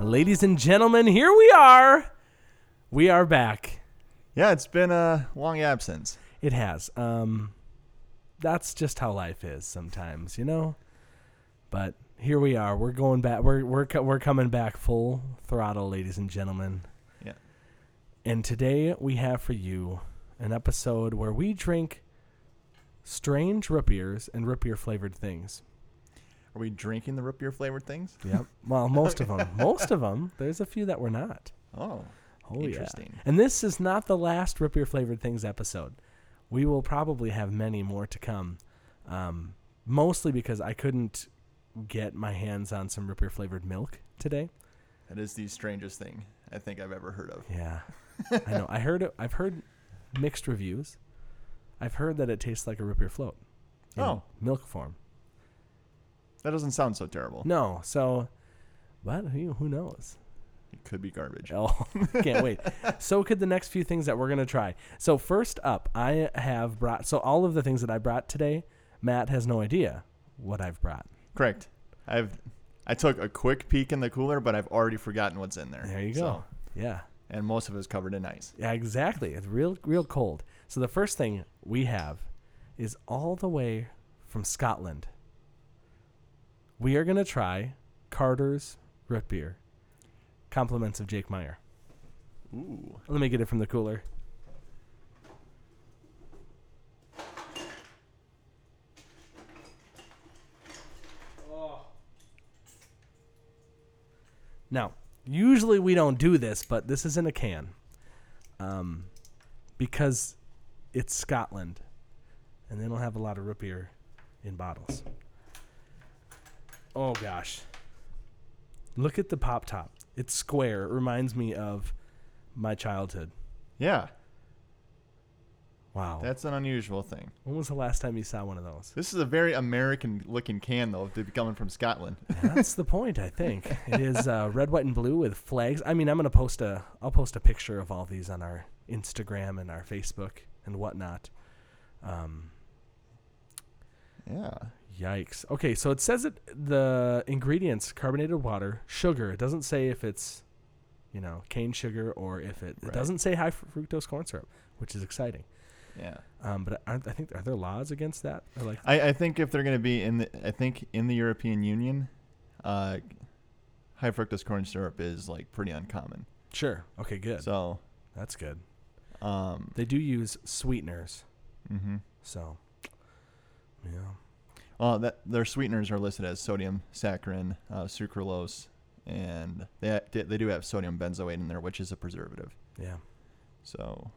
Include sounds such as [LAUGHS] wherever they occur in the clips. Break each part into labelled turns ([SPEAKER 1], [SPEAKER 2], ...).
[SPEAKER 1] Ladies and gentlemen, here we are. We are back.
[SPEAKER 2] Yeah, it's been a long absence.
[SPEAKER 1] It has. Um that's just how life is sometimes, you know? But here we are. We're going back. We're we're co- we're coming back full throttle, ladies and gentlemen.
[SPEAKER 2] Yeah.
[SPEAKER 1] And today we have for you an episode where we drink strange root beers and root beer flavored things.
[SPEAKER 2] Are we drinking the root beer flavored things?
[SPEAKER 1] Yep. Well, most of them. Most of them. There's a few that we're not.
[SPEAKER 2] Oh,
[SPEAKER 1] Oh,
[SPEAKER 2] Interesting.
[SPEAKER 1] Yeah. And this is not the last root beer flavored things episode. We will probably have many more to come, um, mostly because I couldn't get my hands on some root beer flavored milk today.
[SPEAKER 2] that is the strangest thing I think I've ever heard of.
[SPEAKER 1] Yeah, [LAUGHS] I know. I heard. I've heard mixed reviews. I've heard that it tastes like a root beer float. in
[SPEAKER 2] Oh.
[SPEAKER 1] milk form.
[SPEAKER 2] That doesn't sound so terrible.
[SPEAKER 1] No, so, but who, who knows?
[SPEAKER 2] It could be garbage.
[SPEAKER 1] [LAUGHS] Oh, can't wait. So could the next few things that we're gonna try. So first up, I have brought. So all of the things that I brought today, Matt has no idea what I've brought.
[SPEAKER 2] Correct. I've I took a quick peek in the cooler, but I've already forgotten what's in there.
[SPEAKER 1] There you go.
[SPEAKER 2] So-
[SPEAKER 1] Yeah,
[SPEAKER 2] and most of it is covered in ice.
[SPEAKER 1] yeah, exactly. It's real, real cold. So the first thing we have is all the way from Scotland. We are gonna try Carter's root beer. Compliments of Jake Meyer.
[SPEAKER 2] Ooh.
[SPEAKER 1] Let me get it from the cooler. Now, usually we don't do this, but this is in a can. Um, because it's Scotland and they don't have a lot of root beer in bottles. Oh gosh. Look at the pop top. It's square. It reminds me of my childhood.
[SPEAKER 2] Yeah,
[SPEAKER 1] Wow.
[SPEAKER 2] that's an unusual thing.
[SPEAKER 1] when was the last time you saw one of those?
[SPEAKER 2] This is a very American looking can, though, if they're coming from Scotland. [LAUGHS]
[SPEAKER 1] That's the point, I think. It is uh, red, white, and blue with flags. I mean, I'm gonna post a, I'll post a picture of all these on our Instagram and our Facebook and whatnot. Um,
[SPEAKER 2] yeah.
[SPEAKER 1] yikes. Okay, so it says it the ingredients: carbonated water, sugar. It doesn't say if it's, you know, cane sugar or if it. It
[SPEAKER 2] Right.
[SPEAKER 1] doesn't say high fructose corn syrup, which is exciting.
[SPEAKER 2] Yeah.
[SPEAKER 1] Um, but aren't, I think are there laws against that? Or like,
[SPEAKER 2] I, I think if they're going to be in the, I think in the European Union, uh, high fructose corn syrup is like pretty uncommon.
[SPEAKER 1] sure. Okay, good.
[SPEAKER 2] So,
[SPEAKER 1] That's good.
[SPEAKER 2] um,
[SPEAKER 1] They do use sweeteners,
[SPEAKER 2] mm-hmm.
[SPEAKER 1] so yeah.
[SPEAKER 2] well, that their sweeteners are listed as sodium saccharin, uh, sucralose, and they ha- they do have sodium benzoate in there, which is a preservative.
[SPEAKER 1] Yeah.
[SPEAKER 2] So,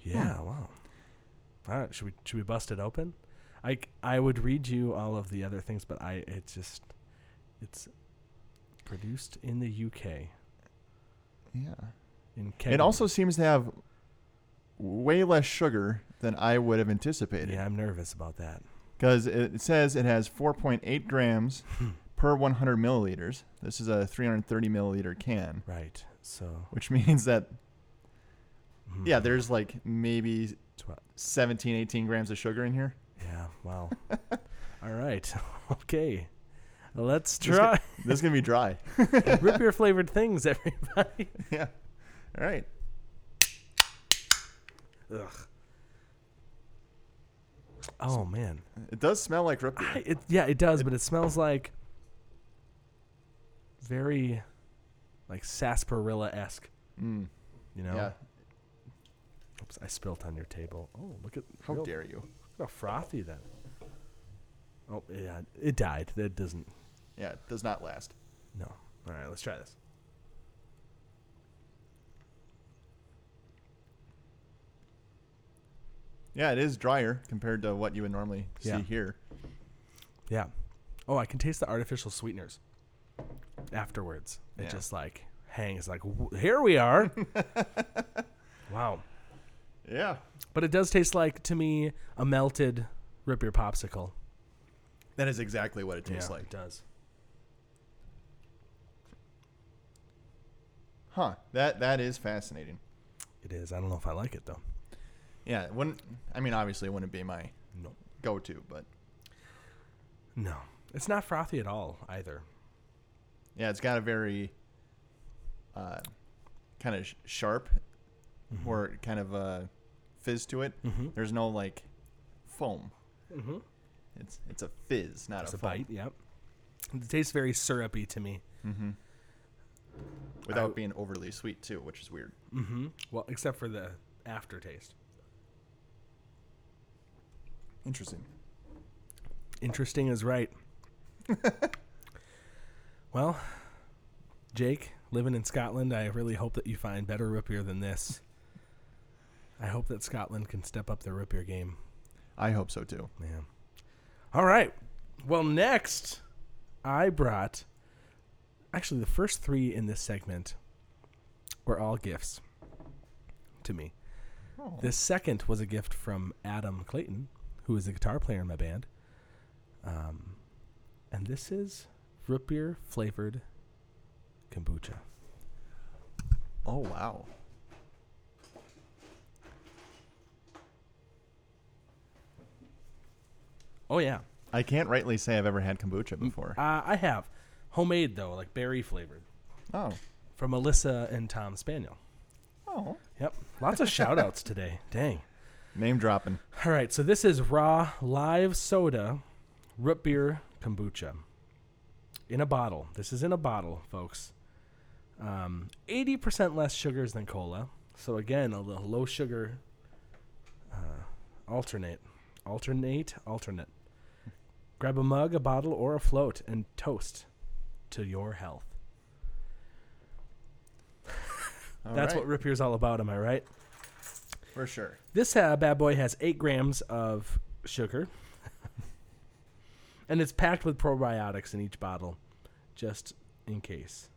[SPEAKER 1] Yeah. Wow. All right. Should we should we bust it open? I c- I would read you all of the other things, but I it's just it's produced in the UK
[SPEAKER 2] yeah.
[SPEAKER 1] in Kenya.
[SPEAKER 2] It also seems to have way less sugar than I would have anticipated.
[SPEAKER 1] yeah, I'm nervous about that.
[SPEAKER 2] because it says it has 4.8 grams per 100 milliliters. This is a 330 milliliter can,
[SPEAKER 1] Right. So
[SPEAKER 2] which [LAUGHS] means that
[SPEAKER 1] mhm,
[SPEAKER 2] yeah, there's like maybe
[SPEAKER 1] tw-
[SPEAKER 2] 17, 18 grams of sugar in here.
[SPEAKER 1] yeah. [LAUGHS] Wow. all right. [LAUGHS] Okay. Let's
[SPEAKER 2] This is gonna-
[SPEAKER 1] try
[SPEAKER 2] This is gonna be [LAUGHS] dry.
[SPEAKER 1] [LAUGHS] root beer flavored things, everybody.
[SPEAKER 2] yeah. All right.
[SPEAKER 1] Ugh. Oh man.
[SPEAKER 2] It does smell like root beer.
[SPEAKER 1] I, it, yeah, it does, but it smells like very like sarsaparilla esque.
[SPEAKER 2] Mm,
[SPEAKER 1] You know?
[SPEAKER 2] Yeah.
[SPEAKER 1] Oops, I spilt on your table. Oh, look at
[SPEAKER 2] How
[SPEAKER 1] real-
[SPEAKER 2] dare you?
[SPEAKER 1] look how frothy that. Oh yeah, it died. That doesn't.
[SPEAKER 2] Yeah, it does not last.
[SPEAKER 1] No. All right, let's try this.
[SPEAKER 2] Yeah, it is drier compared to what you would normally see
[SPEAKER 1] Yeah.
[SPEAKER 2] here.
[SPEAKER 1] Yeah. Oh, I can taste the artificial sweeteners afterwards. It
[SPEAKER 2] Yeah.
[SPEAKER 1] just like hangs. Like "W- here we
[SPEAKER 2] [LAUGHS]
[SPEAKER 1] are. wow.
[SPEAKER 2] Yeah.
[SPEAKER 1] But it does taste like to me a melted root beer popsicle.
[SPEAKER 2] That is exactly what it tastes
[SPEAKER 1] It
[SPEAKER 2] like.
[SPEAKER 1] does.
[SPEAKER 2] Huh. That that is fascinating.
[SPEAKER 1] It is. I don't know if I like it though.
[SPEAKER 2] Yeah, it wouldn't. I mean, obviously, it wouldn't be my
[SPEAKER 1] No.
[SPEAKER 2] go-to, but
[SPEAKER 1] No. It's not frothy at all either.
[SPEAKER 2] yeah, it's got a very uh, kind of sh- sharp or kind of uh, fizz to it.
[SPEAKER 1] Mm-hmm.
[SPEAKER 2] There's no like foam.
[SPEAKER 1] Mm-hmm.
[SPEAKER 2] It's it's a fizz, not
[SPEAKER 1] It's
[SPEAKER 2] a,
[SPEAKER 1] a
[SPEAKER 2] foam.
[SPEAKER 1] bite. Yep. It tastes very syrupy to me.
[SPEAKER 2] Mm-hmm. Without
[SPEAKER 1] I-
[SPEAKER 2] being overly sweet too, which is weird.
[SPEAKER 1] Mm-hmm. Well, except for the aftertaste.
[SPEAKER 2] Interesting.
[SPEAKER 1] Interesting is right. [LAUGHS] well, Jake, living in Scotland, I really hope that you find better root beer than this. I hope that Scotland can step up their root beer game.
[SPEAKER 2] I hope so too.
[SPEAKER 1] Yeah. All right. Well, next, I brought. Actually, the first three in this segment were all gifts to me.
[SPEAKER 2] Oh.
[SPEAKER 1] This second was a gift from Adam Clayton, who is a guitar player in my band. Um, and this is root beer flavored kombucha.
[SPEAKER 2] Oh wow.
[SPEAKER 1] Oh yeah,
[SPEAKER 2] I can't rightly say I've ever had kombucha before.
[SPEAKER 1] uh, I have homemade though, like berry flavored,
[SPEAKER 2] Oh.
[SPEAKER 1] from Alyssa and Tom Spaniel.
[SPEAKER 2] Oh.
[SPEAKER 1] Yep, lots of shout outs today. Dang.
[SPEAKER 2] Name dropping.
[SPEAKER 1] All right, so this is raw live soda, root beer kombucha, in a bottle. This is in a bottle, folks. Um, 80% less sugars than cola. So again, a little low sugar uh, alternate, alternate, alternate. Grab a mug, a bottle, or a float, and toast to your health.
[SPEAKER 2] All
[SPEAKER 1] That's
[SPEAKER 2] right.
[SPEAKER 1] what root beer's all about. Am I right?
[SPEAKER 2] for sure.
[SPEAKER 1] This uh, bad boy has eight grams of sugar, and it's packed with probiotics in each bottle, just in case.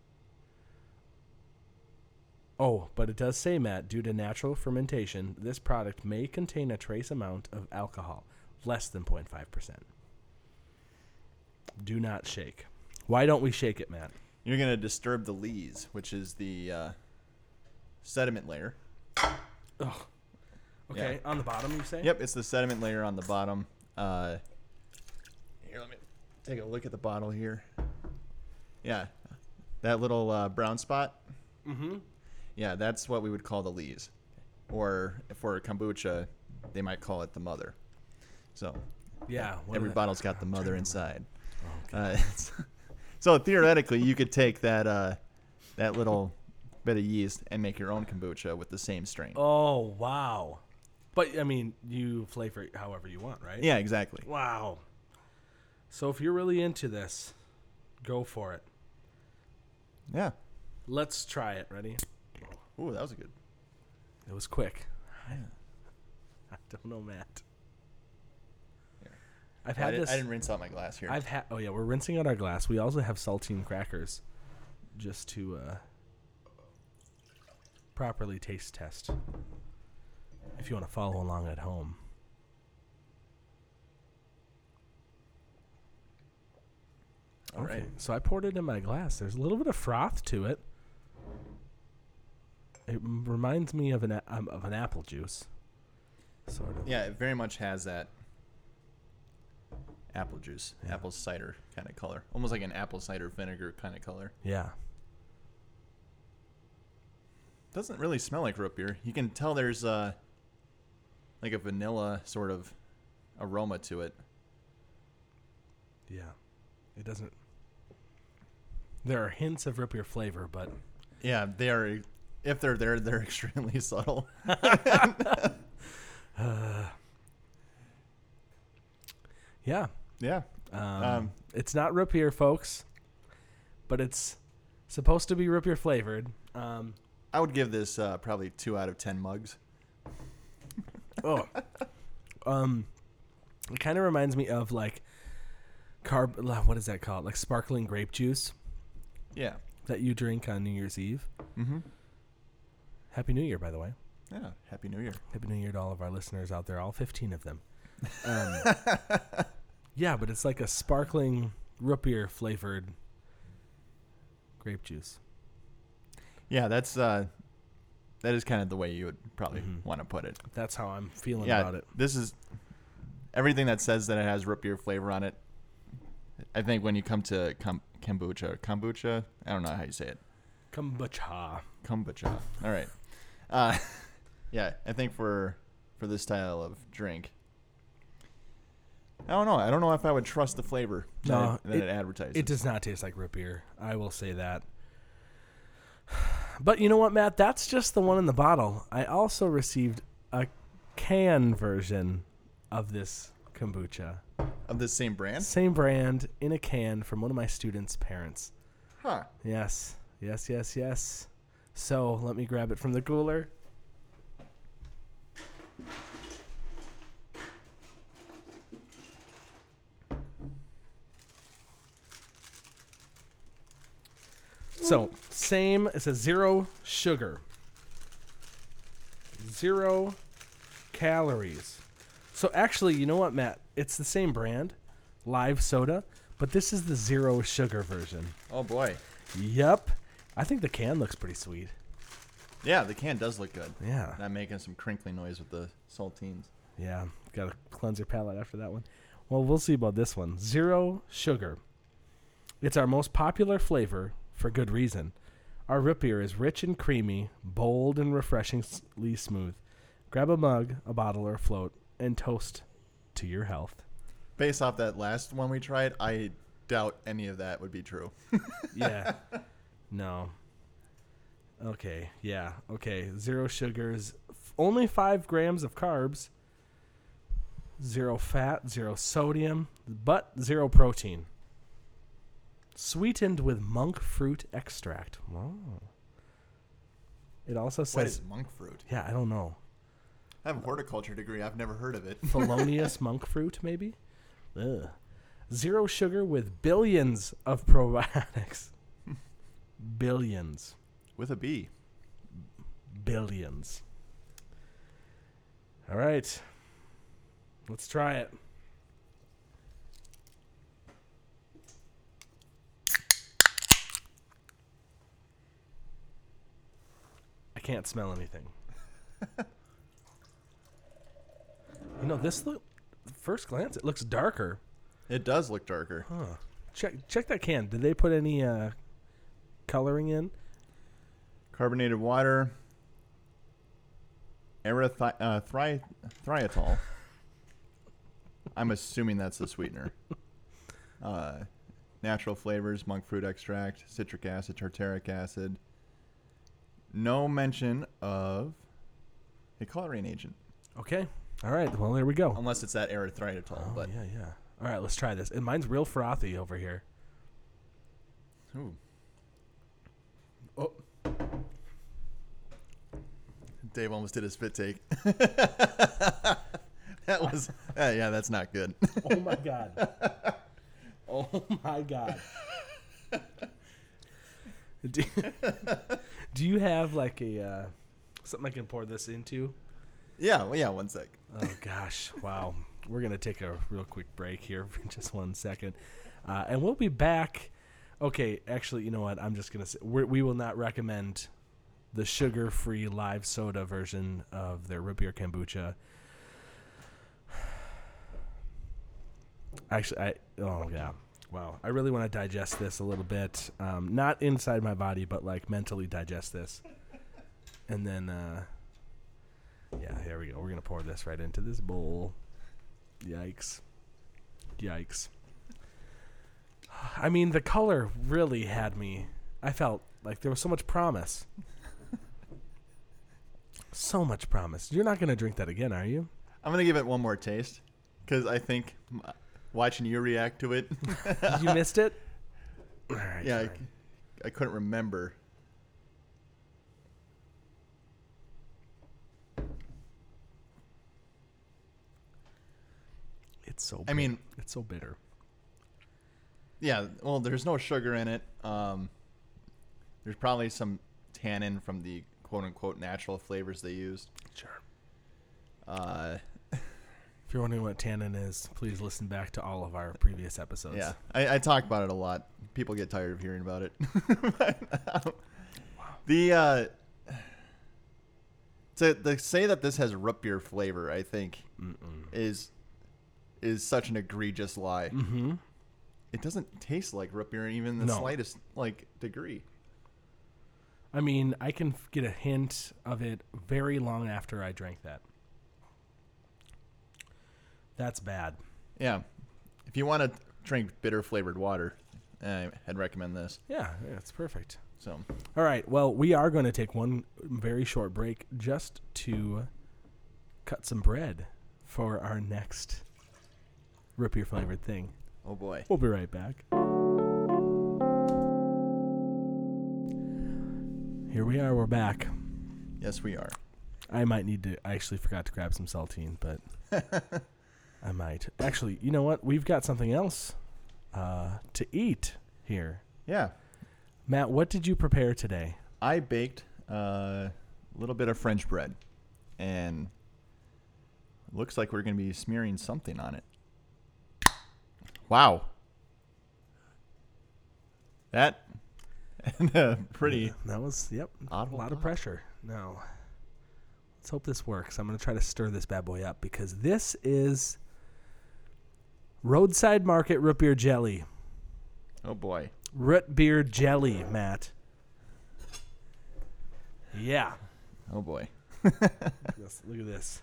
[SPEAKER 1] Oh, but it does say, Matt, due to natural fermentation, this product may contain a trace amount of alcohol, less than 0.5%. Do not shake. Why don't we shake it, Matt?
[SPEAKER 2] You're gonna disturb the lees, which is the uh, sediment layer.
[SPEAKER 1] Ugh. Okay, on the bottom, you say?
[SPEAKER 2] Yep, it's the sediment layer on the bottom. Uh, here, let me take a look at the bottle here. Yeah, that little uh, brown spot.
[SPEAKER 1] Mm-hmm.
[SPEAKER 2] Yeah, that's what we would call the lees, or for kombucha, they might call it the mother. So
[SPEAKER 1] Yeah. what
[SPEAKER 2] every
[SPEAKER 1] are the-
[SPEAKER 2] bottle's got the
[SPEAKER 1] I'm
[SPEAKER 2] mother
[SPEAKER 1] trying to
[SPEAKER 2] inside.
[SPEAKER 1] remember. Okay.
[SPEAKER 2] Uh, [LAUGHS] so theoretically, you could take that uh, that little bit of yeast and make your own kombucha with the same strain.
[SPEAKER 1] Oh wow! But I mean, you flavor it however you want, right?
[SPEAKER 2] Yeah, exactly.
[SPEAKER 1] Wow. So if you're really into this, go for it.
[SPEAKER 2] Yeah.
[SPEAKER 1] Let's try it. Ready?
[SPEAKER 2] Ooh, that was a good.
[SPEAKER 1] It was quick. I don't know, Matt.
[SPEAKER 2] Here.
[SPEAKER 1] I've
[SPEAKER 2] I
[SPEAKER 1] had
[SPEAKER 2] didn't,
[SPEAKER 1] this.
[SPEAKER 2] I didn't rinse out my glass here.
[SPEAKER 1] I've had. Oh yeah, we're rinsing out our glass. We also have saltine crackers, just to uh, properly taste test. If you want to follow along at home.
[SPEAKER 2] All right.
[SPEAKER 1] So I poured it in my glass. There's a little bit of froth to it. It m- reminds me of an a- um, of an apple juice, sort of.
[SPEAKER 2] Yeah, it very much has that apple juice,
[SPEAKER 1] Yeah.
[SPEAKER 2] apple cider kind of color, almost like an apple cider vinegar kind of color.
[SPEAKER 1] Yeah.
[SPEAKER 2] Doesn't really smell like root beer. You can tell there's uh, like a vanilla sort of aroma to it.
[SPEAKER 1] Yeah. It doesn't. There are hints of root beer flavor, but
[SPEAKER 2] Yeah, they are. If they're there, they're [LAUGHS] extremely subtle.
[SPEAKER 1] yeah,
[SPEAKER 2] Yeah.
[SPEAKER 1] um,
[SPEAKER 2] Um,
[SPEAKER 1] it's not root beer, folks, but it's supposed to be root beer flavored. Um,
[SPEAKER 2] I would give this uh, probably two out of ten mugs.
[SPEAKER 1] oh, um, it kind of reminds me of like carb. What is that called? Like sparkling grape juice
[SPEAKER 2] Yeah.
[SPEAKER 1] that you drink on New Year's Eve.
[SPEAKER 2] Mm-hmm.
[SPEAKER 1] Happy New Year, by the way.
[SPEAKER 2] Yeah. Happy New Year.
[SPEAKER 1] Happy New Year to all of our listeners out there, all 15 of them. Um, yeah, but it's like a sparkling root beer flavored grape juice.
[SPEAKER 2] Yeah, that's uh, that is kind of the way you would probably want to put it.
[SPEAKER 1] That's how I'm feeling
[SPEAKER 2] yeah,
[SPEAKER 1] about it.
[SPEAKER 2] this is everything that says that it has root beer flavor on it. I think when you come to com- kombucha, kombucha, I don't know how you say it,
[SPEAKER 1] Kombucha.
[SPEAKER 2] kombucha. All right, uh, [LAUGHS] yeah, I think for for this style of drink, I don't know. I don't know if I would trust the flavor that,
[SPEAKER 1] No,
[SPEAKER 2] it, that
[SPEAKER 1] it-
[SPEAKER 2] it, advertises.
[SPEAKER 1] It does not taste like root beer. I will say that. [SIGHS] But you know what, Matt? That's just the one in the bottle. I also received a can version of this kombucha.
[SPEAKER 2] of the same brand,
[SPEAKER 1] Same brand in a can from one of my students' parents.
[SPEAKER 2] huh?
[SPEAKER 1] Yes, yes, yes, yes. So let me grab it from the cooler. So same. It says zero sugar, zero calories. So actually, you know what, Matt? It's the same brand, Live Soda, but this is the zero sugar version.
[SPEAKER 2] Oh boy,
[SPEAKER 1] Yep. I think the can looks pretty sweet.
[SPEAKER 2] yeah, the can does look good.
[SPEAKER 1] Yeah.
[SPEAKER 2] And I'm making some crinkly noise with the saltines.
[SPEAKER 1] Yeah. Got to cleanse your palate after that one. Well, we'll see about this one. Zero sugar. It's our most popular flavor for good reason. Our root beer is rich and creamy, bold and refreshingly smooth. Grab a mug, a bottle, or a float, and toast to your health.
[SPEAKER 2] Based off that last one we tried, I doubt any of that would be true.
[SPEAKER 1] Yeah. no. Okay. Yeah. Okay. Zero sugars. F- only five grams of carbs. Zero fat. Zero sodium. But zero protein. Sweetened with monk fruit extract. Wow. It also
[SPEAKER 2] What is
[SPEAKER 1] says.
[SPEAKER 2] monk fruit?
[SPEAKER 1] Yeah, I don't
[SPEAKER 2] [LAUGHS]
[SPEAKER 1] know.
[SPEAKER 2] I have a horticulture degree. I've never heard of it.
[SPEAKER 1] felonious monk fruit, maybe. Ugh. Zero sugar with billions of [LAUGHS]
[SPEAKER 2] [LAUGHS]
[SPEAKER 1] probiotics. billions.
[SPEAKER 2] [LAUGHS] With a B.
[SPEAKER 1] billions. All right. Let's try it. I can't smell anything. [LAUGHS] you know, this look first glance it looks darker.
[SPEAKER 2] It does look darker.
[SPEAKER 1] Huh. Check check that can. Did they put any uh coloring in?
[SPEAKER 2] Carbonated water. Erythi- uh, thri- [LAUGHS] thrietol. I'm assuming that's the [LAUGHS] sweetener. Uh, natural flavors, monk fruit extract, citric acid, tartaric acid. No mention of a coloring agent.
[SPEAKER 1] Okay. All right. Well, there we go.
[SPEAKER 2] Unless it's that erythritol,
[SPEAKER 1] Oh,
[SPEAKER 2] but
[SPEAKER 1] yeah, yeah. All right, let's try this. And mine's real frothy over here.
[SPEAKER 2] Ooh.
[SPEAKER 1] Oh,
[SPEAKER 2] Dave almost did a spit take. [LAUGHS] that was uh, yeah, that's not good.
[SPEAKER 1] [LAUGHS] oh my god. oh my god. [LAUGHS] do, [LAUGHS] do you have like a uh, something I can pour this into?
[SPEAKER 2] [LAUGHS] yeah, well, yeah, one sec.
[SPEAKER 1] Oh gosh, wow. We're gonna take a real quick break here for [LAUGHS] just one second, uh, and we'll be back. Okay, actually, you know what? I'm just gonna say we're, we will not recommend the sugar-free live soda version of their root beer kombucha. [SIGHS] Actually, I oh yeah, wow. I really want to digest this a little bit, um, not inside my body, but like mentally digest this, and then. Uh, yeah, here we go. We're gonna pour this right into this bowl. Yikes. Yikes. I mean, the color really had me. I felt like there was so much promise. [LAUGHS] so much promise. You're not gonna drink that again, are you?
[SPEAKER 2] I'm gonna give it one more taste because I think m- watching you react to it,
[SPEAKER 1] You missed
[SPEAKER 2] [LAUGHS]
[SPEAKER 1] it. All right,
[SPEAKER 2] yeah, I,
[SPEAKER 1] fine.
[SPEAKER 2] I couldn't remember.
[SPEAKER 1] It's so.
[SPEAKER 2] I mean,
[SPEAKER 1] bit- it's so bitter.
[SPEAKER 2] yeah, well, there's no sugar in it. Um, there's probably some tannin from the quote unquote natural flavors they used.
[SPEAKER 1] Sure.
[SPEAKER 2] Uh,
[SPEAKER 1] If you're wondering what tannin is, please listen back to all of our previous episodes.
[SPEAKER 2] yeah, I, I talk about it a lot. People get [LAUGHS] um, tired of hearing about it. The uh, to, to say that this has root beer flavor, I think, is is such an egregious lie.
[SPEAKER 1] Mm-hmm.
[SPEAKER 2] It doesn't taste like root beer in even the
[SPEAKER 1] No.
[SPEAKER 2] slightest like degree.
[SPEAKER 1] I mean, I can f- get a hint of it very long after I drank that. That's bad.
[SPEAKER 2] Yeah, if you want to drink bitter flavored water, I- I'd recommend this.
[SPEAKER 1] Yeah, yeah, it's perfect.
[SPEAKER 2] So
[SPEAKER 1] All right. Well, we are going to take one very short break just to cut some bread for our next root beer flavored thing.
[SPEAKER 2] oh boy,
[SPEAKER 1] We'll be right back. Here we are. We're back.
[SPEAKER 2] yes we are.
[SPEAKER 1] I might need to. I actually forgot to grab some saltines, but [LAUGHS] I might. Actually, you know what? We've got something else uh, to eat here.
[SPEAKER 2] Yeah,
[SPEAKER 1] Matt, what did you prepare today?
[SPEAKER 2] I baked uh, a little bit of French bread, and looks like we're going to be smearing something on it. Wow, that [LAUGHS] and a pretty
[SPEAKER 1] Uh, That was yep.
[SPEAKER 2] Odd
[SPEAKER 1] a lot of
[SPEAKER 2] lot.
[SPEAKER 1] pressure. No. Let's hope this works. I'm gonna try to stir this bad boy up because this is roadside market root beer jelly.
[SPEAKER 2] oh boy,
[SPEAKER 1] Root beer jelly, Matt. Yeah.
[SPEAKER 2] oh boy.
[SPEAKER 1] Yes, look at this.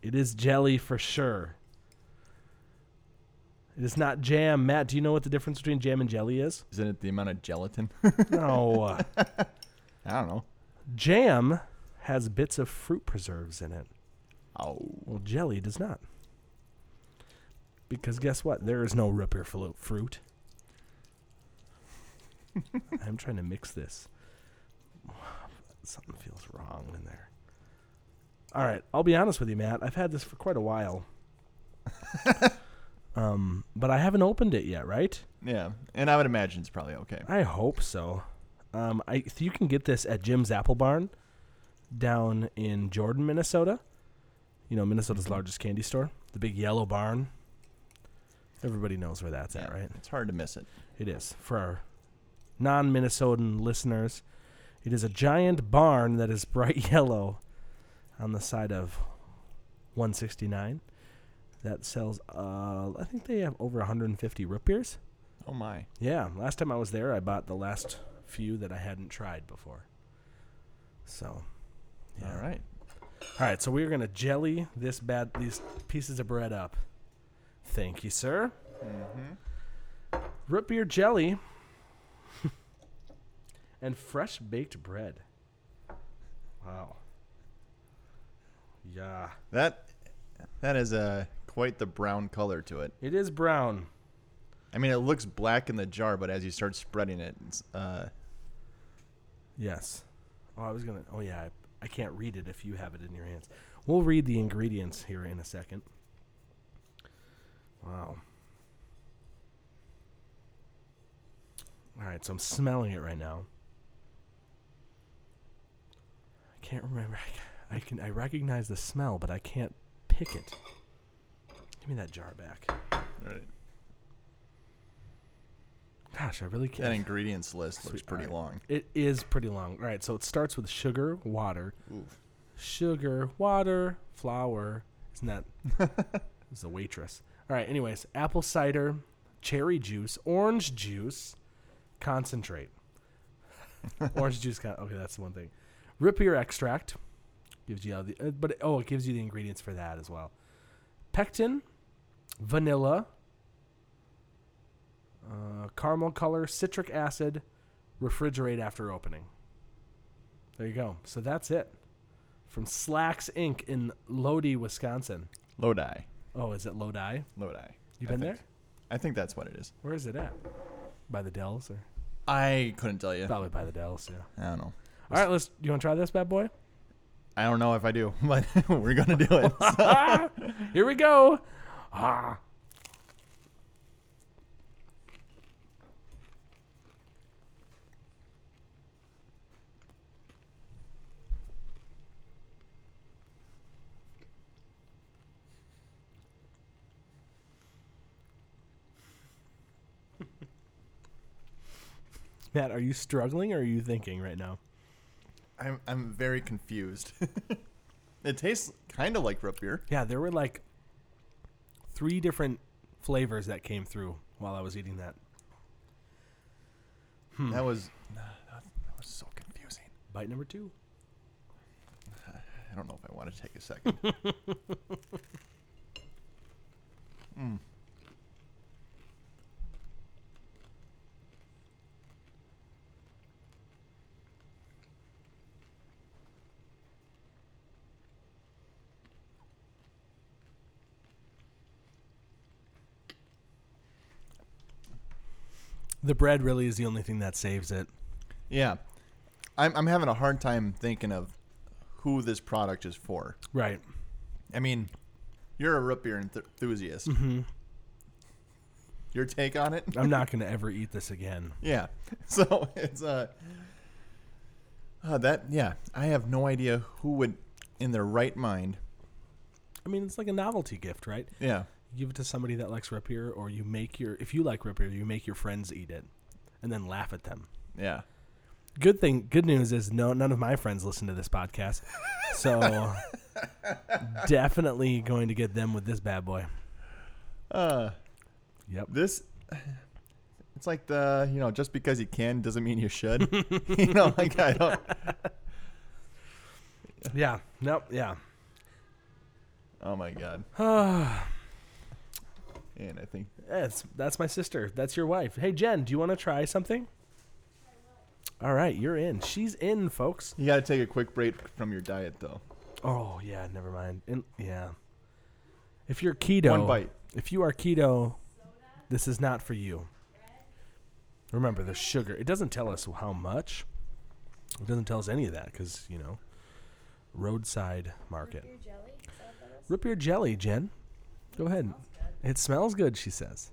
[SPEAKER 1] It is jelly for sure. It is not jam. Matt, do you know what the difference between jam and jelly is?
[SPEAKER 2] Isn't it the amount of gelatin? [LAUGHS]
[SPEAKER 1] No.
[SPEAKER 2] I don't know.
[SPEAKER 1] jam has bits of fruit preserves in it.
[SPEAKER 2] Oh,
[SPEAKER 1] Well, jelly does not. Because guess what? There is no root beer flu- fruit. I'm trying to mix this. Something feels wrong in there. All right, I'll be honest with you, Matt. I've had this for quite a while. um, but I haven't opened it yet, right?
[SPEAKER 2] yeah. And I would imagine it's probably okay.
[SPEAKER 1] I hope so. Um, I so you can get this at Jim's Apple Barn down in Jordan, Minnesota. You know, Minnesota's largest candy store, the big yellow barn. Everybody knows where that's at,
[SPEAKER 2] Yeah,
[SPEAKER 1] right?
[SPEAKER 2] It's hard to miss it.
[SPEAKER 1] It is for our non-Minnesotan listeners. It is a giant barn that is bright [LAUGHS] yellow on the side of 169 that sells uh I think they have over 150 root beers.
[SPEAKER 2] Oh my.
[SPEAKER 1] Yeah, last time I was there, I bought the last few that I hadn't tried before. So, yeah.
[SPEAKER 2] All right.
[SPEAKER 1] All right, so we're gonna jelly this bad these pieces of bread up. Thank you, sir. Root beer jelly [LAUGHS] and fresh baked bread. Wow. Yeah,
[SPEAKER 2] That that is uh, quite the brown color to it.
[SPEAKER 1] it is brown.
[SPEAKER 2] I mean, it looks black in the jar, but as you start spreading it, it's, uh,
[SPEAKER 1] Yes. Oh, I was gonna. Oh yeah, I, I can't read it if you have it in your hands. We'll read the ingredients here in a second. Wow. All right, so I'm smelling it right now. I can't remember. [LAUGHS] I can. I recognize the smell, but I can't pick it. Give me that jar back. Gosh, I really
[SPEAKER 2] that
[SPEAKER 1] can't.
[SPEAKER 2] ingredients list looks
[SPEAKER 1] Sweet.
[SPEAKER 2] pretty
[SPEAKER 1] All right.
[SPEAKER 2] long.
[SPEAKER 1] It is pretty long. All right, so it starts with sugar, water, sugar, water, flour. Isn't that? [LAUGHS] it's a waitress. All right. Anyways, apple cider, cherry juice, orange juice, concentrate. orange juice. Con- okay, that's the one thing. Root beer extract gives you all the, uh, but oh, it gives you the ingredients for that as well. Pectin, vanilla, uh, caramel color, citric acid. Refrigerate after opening. There you go. So that's it from Slacks Inc. in Lodi, Wisconsin.
[SPEAKER 2] Lodi.
[SPEAKER 1] Oh, is it Lodi?
[SPEAKER 2] Lodi.
[SPEAKER 1] You
[SPEAKER 2] I
[SPEAKER 1] been
[SPEAKER 2] think.
[SPEAKER 1] there?
[SPEAKER 2] I think that's what it is.
[SPEAKER 1] Where is it at? By the Dells,
[SPEAKER 2] [LAUGHS]
[SPEAKER 1] or
[SPEAKER 2] I couldn't tell you.
[SPEAKER 1] probably by the Dells. Yeah.
[SPEAKER 2] I don't know.
[SPEAKER 1] All right, let's. You want to try this bad boy?
[SPEAKER 2] I don't know if I do, [LAUGHS] but we're gonna do [LAUGHS] it. So-
[SPEAKER 1] [LAUGHS] Here we go. [LAUGHS] Ah. Matt, are you struggling or are you thinking right now?
[SPEAKER 2] I'm I'm very confused. [LAUGHS] it tastes kind of like root beer.
[SPEAKER 1] Yeah, there were like three different flavors that came through while I was eating that.
[SPEAKER 2] That was Hmm. that was so confusing.
[SPEAKER 1] Bite number two.
[SPEAKER 2] I don't know if I want to take a second. [LAUGHS] Mm.
[SPEAKER 1] The bread really is the only thing that saves it.
[SPEAKER 2] Yeah, I'm I'm having a hard time thinking of who this product is for.
[SPEAKER 1] Right.
[SPEAKER 2] I mean, you're a root beer enth- enthusiast.
[SPEAKER 1] Mm-hmm.
[SPEAKER 2] Your take on it?
[SPEAKER 1] [LAUGHS] I'm not going to ever eat this again.
[SPEAKER 2] Yeah. [LAUGHS] So it's uh, uh that yeah. I have no idea who would, in their right mind,
[SPEAKER 1] I mean, it's like a novelty gift, right?
[SPEAKER 2] yeah,
[SPEAKER 1] You give it to somebody that likes root beer, or you make your, if you like root beer, you make your friends eat it and then laugh at them.
[SPEAKER 2] yeah.
[SPEAKER 1] Good thing, good news is no, none of my friends listen to this podcast. [LAUGHS] So definitely going to get them with this bad boy.
[SPEAKER 2] Uh,
[SPEAKER 1] Yep.
[SPEAKER 2] this. [SIGHS] It's like the you know just because you can doesn't mean
[SPEAKER 1] [LAUGHS]
[SPEAKER 2] you should. [LAUGHS] you know, like I don't.
[SPEAKER 1] Yeah. Nope. Yeah. [SIGHS]
[SPEAKER 2] Oh my god. and I think
[SPEAKER 1] That's that's my sister. That's your wife. Hey Jen, do you want to try something? All right, you're in. She's in, folks.
[SPEAKER 2] you got to take a quick break from your diet though.
[SPEAKER 1] Oh yeah, never mind. In, yeah. If you're keto,
[SPEAKER 2] One bite.
[SPEAKER 1] If you are keto, this is not for you. Remember, there's sugar. It doesn't tell us how much. It doesn't tell us any of that because you know, roadside market.
[SPEAKER 3] Root beer jelly? Is that what that is?
[SPEAKER 1] Rip your jelly, Jen. Go ahead. It smells good, she says.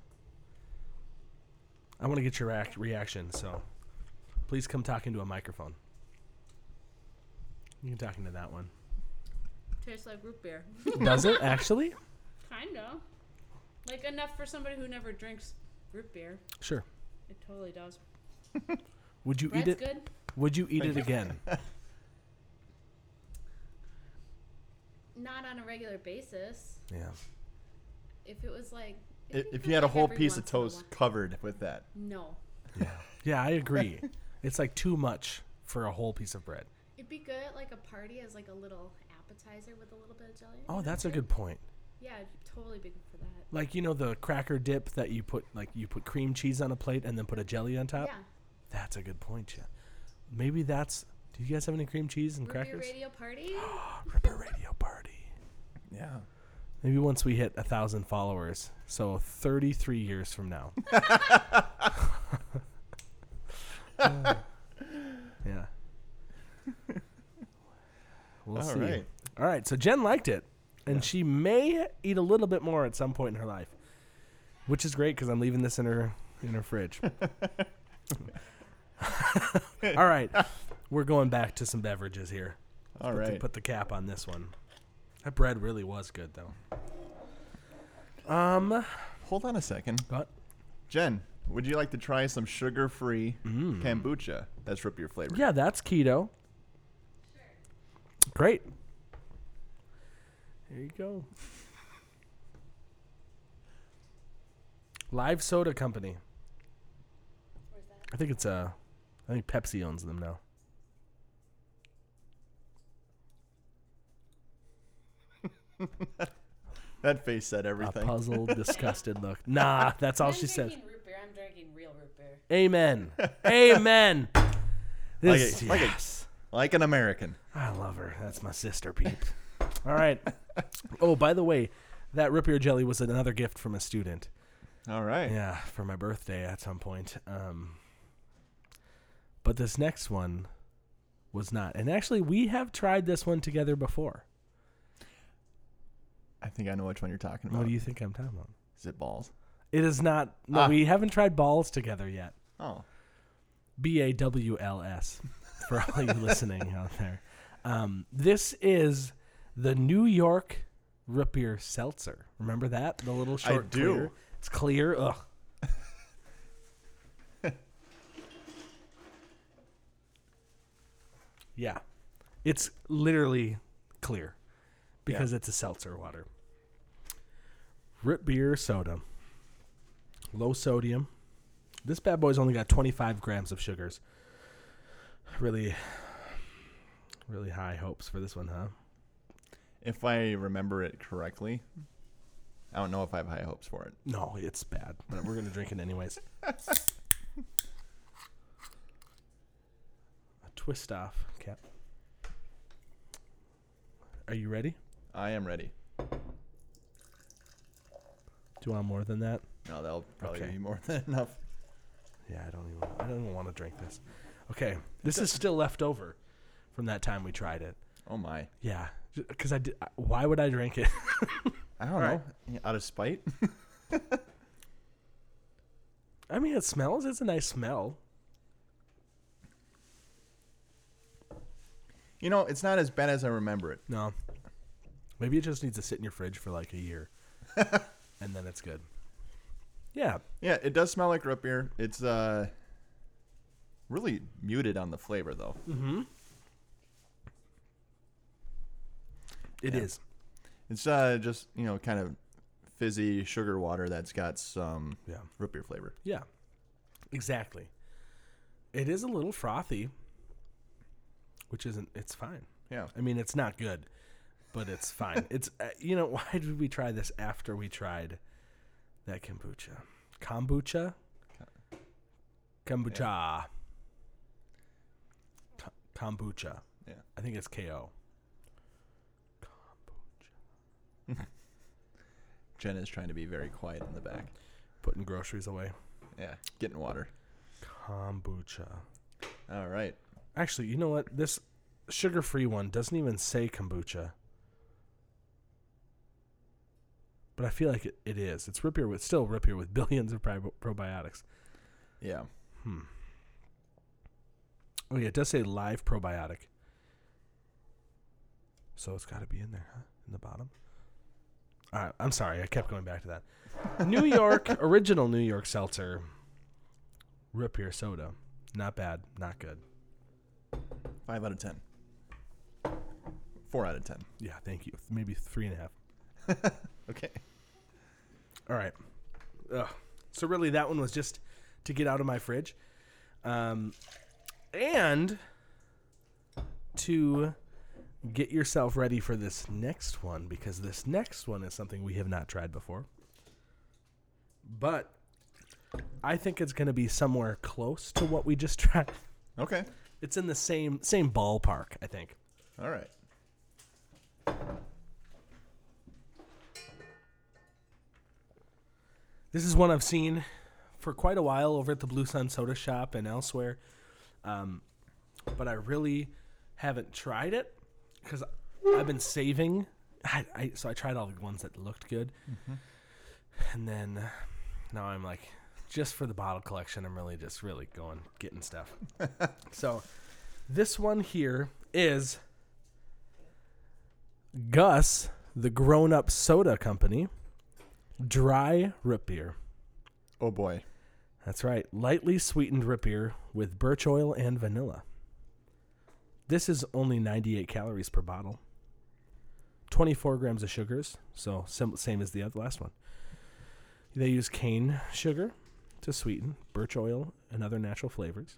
[SPEAKER 1] I want to get your reac- reaction, so please come talk into a microphone. You can talk into that one.
[SPEAKER 4] Tastes like root beer.
[SPEAKER 1] Does it actually?
[SPEAKER 4] Kinda. Like enough for somebody who never drinks root beer.
[SPEAKER 1] Sure.
[SPEAKER 4] It totally does.
[SPEAKER 1] Would you
[SPEAKER 4] Bread's
[SPEAKER 1] eat it?
[SPEAKER 4] good.
[SPEAKER 1] Would you eat it [LAUGHS] again?
[SPEAKER 4] Not on a regular basis.
[SPEAKER 1] yeah.
[SPEAKER 4] If it was like
[SPEAKER 2] I-
[SPEAKER 4] could
[SPEAKER 2] If
[SPEAKER 4] come
[SPEAKER 2] you had a
[SPEAKER 4] back
[SPEAKER 2] whole
[SPEAKER 4] every
[SPEAKER 2] piece of
[SPEAKER 4] once in a
[SPEAKER 2] toast covered with that,
[SPEAKER 4] while. No.
[SPEAKER 1] Yeah, I agree. It's like too much for a whole piece of bread.
[SPEAKER 4] It'd be good at like a party as like a little appetizer with a little bit of jelly. in it,
[SPEAKER 1] Oh,
[SPEAKER 4] you know,
[SPEAKER 1] that's a
[SPEAKER 4] too.
[SPEAKER 1] good point.
[SPEAKER 4] Yeah, it'd totally be good for that.
[SPEAKER 1] Like you know the cracker dip that you put like you put cream cheese on a plate and then put a jelly on top.
[SPEAKER 4] Yeah.
[SPEAKER 1] That's a good point, Jen. Maybe that's. Do you guys have any cream cheese and
[SPEAKER 4] Root beer
[SPEAKER 1] crackers?
[SPEAKER 4] radio
[SPEAKER 2] [GASPS]
[SPEAKER 4] party?
[SPEAKER 1] Ripper Radio Party.
[SPEAKER 2] yeah.
[SPEAKER 1] Maybe once we hit a thousand followers, so 33 years from
[SPEAKER 2] [LAUGHS]
[SPEAKER 1] now. [LAUGHS]
[SPEAKER 2] [LAUGHS]
[SPEAKER 1] yeah. We'll
[SPEAKER 2] All
[SPEAKER 1] see.
[SPEAKER 2] right.
[SPEAKER 1] All right. So Jen liked it, and she may eat a little bit more at some point in her life, which is great because I'm leaving this in her in her
[SPEAKER 2] [LAUGHS]
[SPEAKER 1] fridge. [LAUGHS] All right, we're going back to some beverages here.
[SPEAKER 2] All
[SPEAKER 1] Put the-
[SPEAKER 2] right.
[SPEAKER 1] put the cap on this one. That bread really was good though. Um,
[SPEAKER 2] Hold on a second.
[SPEAKER 1] but
[SPEAKER 2] Jen, would you like to try some sugar free kombucha? That's root beer flavored.
[SPEAKER 1] Mm. yeah, that's keto. Great. Here you go. Live Soda Company.
[SPEAKER 3] Where's that?
[SPEAKER 1] I think it's uh, I think Pepsi owns them now.
[SPEAKER 2] That face said
[SPEAKER 1] A
[SPEAKER 2] everything. [LAUGHS]
[SPEAKER 1] puzzled, disgusted look. Nah, that's all
[SPEAKER 5] I'm
[SPEAKER 1] she said.
[SPEAKER 5] drinking root beer. I'm drinking real root beer.
[SPEAKER 1] Amen. [LAUGHS] Amen. This,
[SPEAKER 2] Like a- like a-
[SPEAKER 1] yes.
[SPEAKER 2] Like an American.
[SPEAKER 1] I love her. That's my sister, peeps. All
[SPEAKER 2] [LAUGHS]
[SPEAKER 1] right. Oh, by the way, that root beer jelly was another gift from a student.
[SPEAKER 2] All right.
[SPEAKER 1] Yeah, for my birthday at some point. Um, but this next one was not. And actually, we have tried this one together before.
[SPEAKER 2] I think I know which one you're talking about.
[SPEAKER 1] What do you think I'm talking about?
[SPEAKER 2] Is it balls?
[SPEAKER 1] It is not. No,
[SPEAKER 2] Ah.
[SPEAKER 1] we haven't tried balls together yet.
[SPEAKER 2] Oh.
[SPEAKER 1] B A W L S for all you listening out there. Um, this is the New York root beer seltzer. Remember that? The little short
[SPEAKER 2] do.
[SPEAKER 1] clear. It's clear. Ugh. yeah. It's literally clear because it's a seltzer water. Root beer soda. Low sodium. This bad boy's only got 25 grams of sugars. Really, really high hopes for this one, huh?
[SPEAKER 2] If I remember it correctly, I don't know if I have high hopes for it.
[SPEAKER 1] No, it's bad, but we're going to drink it [LAUGHS] anyways. a twist off, Cap. Are you ready?
[SPEAKER 2] I am ready.
[SPEAKER 1] Do you want more than that?
[SPEAKER 2] No, that'll probably
[SPEAKER 1] Okay.
[SPEAKER 2] be more [LAUGHS] than enough.
[SPEAKER 1] Yeah, I don't even. I don't even want to drink this. Okay, this is still left over from that time we tried it.
[SPEAKER 2] Oh my!
[SPEAKER 1] Yeah, because I did. I- Why would I drink it? [LAUGHS]
[SPEAKER 2] I don't know.
[SPEAKER 1] Alright.
[SPEAKER 2] Out of spite. [LAUGHS]
[SPEAKER 1] I mean, it smells. It's a nice smell.
[SPEAKER 2] you know, it's not as bad as I remember it.
[SPEAKER 1] No, maybe it just needs to sit in your fridge for like a
[SPEAKER 2] [LAUGHS]
[SPEAKER 1] year, and then it's good. Yeah,
[SPEAKER 2] Yeah, it does smell like root beer. It's uh really muted on the flavor though.
[SPEAKER 1] it is.
[SPEAKER 2] Yeah. It's uh just, you know, kind of fizzy sugar water that's got some
[SPEAKER 1] Yeah.
[SPEAKER 2] root beer flavor.
[SPEAKER 1] Yeah, exactly. It is a little frothy, which isn't. It's fine.
[SPEAKER 2] Yeah.
[SPEAKER 1] I mean, it's not good, but it's
[SPEAKER 2] [LAUGHS]
[SPEAKER 1] fine. it's uh, you know why did we try this after we tried that kombucha? Kombucha, kombucha, Ko- kombucha.
[SPEAKER 2] Yeah.
[SPEAKER 1] I think it's ko.
[SPEAKER 2] Jen is trying to be very quiet in the back.
[SPEAKER 1] Putting groceries away.
[SPEAKER 2] Yeah. Getting water.
[SPEAKER 1] Kombucha.
[SPEAKER 2] All right.
[SPEAKER 1] Actually, you know what? This sugar-free one doesn't even say kombucha. But I feel like it, it is. It's root beer with still root beer with [LAUGHS] billions of pri- probiotics.
[SPEAKER 2] Yeah.
[SPEAKER 1] Hmm. Oh yeah, it does say live probiotic. So it's got to be in there, huh? In the bottom. All right, I'm sorry. I kept going back to that. New York original New York seltzer. Root beer soda. Not bad. Not good.
[SPEAKER 2] 5 out of 10. 4 out of 10.
[SPEAKER 1] Yeah, thank you. Maybe three and a half.
[SPEAKER 2] Okay.
[SPEAKER 1] All right. Ugh. So really, that one was just to get out of my fridge, um, and to get yourself ready for this next one because this next one is something we have not tried before. But I think it's going to be somewhere close to what we just [LAUGHS] tried.
[SPEAKER 2] Okay.
[SPEAKER 1] It's in the same same ballpark, I think.
[SPEAKER 2] All right.
[SPEAKER 1] This is one I've seen for quite a while over at the Blue Sun Soda Shop and elsewhere, um, but I really haven't tried it because I've been saving. I, I, so I tried all the ones that looked good, and then uh, now I'm like, just for the bottle collection, I'm really just really going getting stuff. so this one here is Gus, the grown up soda company, dry root beer.
[SPEAKER 2] Oh boy.
[SPEAKER 1] That's right. Lightly sweetened root beer with birch oil and vanilla. This is only 98 calories per bottle. 24 grams of sugars, so sim- same as the oth- last one. They use cane sugar to sweeten, birch oil, and other natural flavors.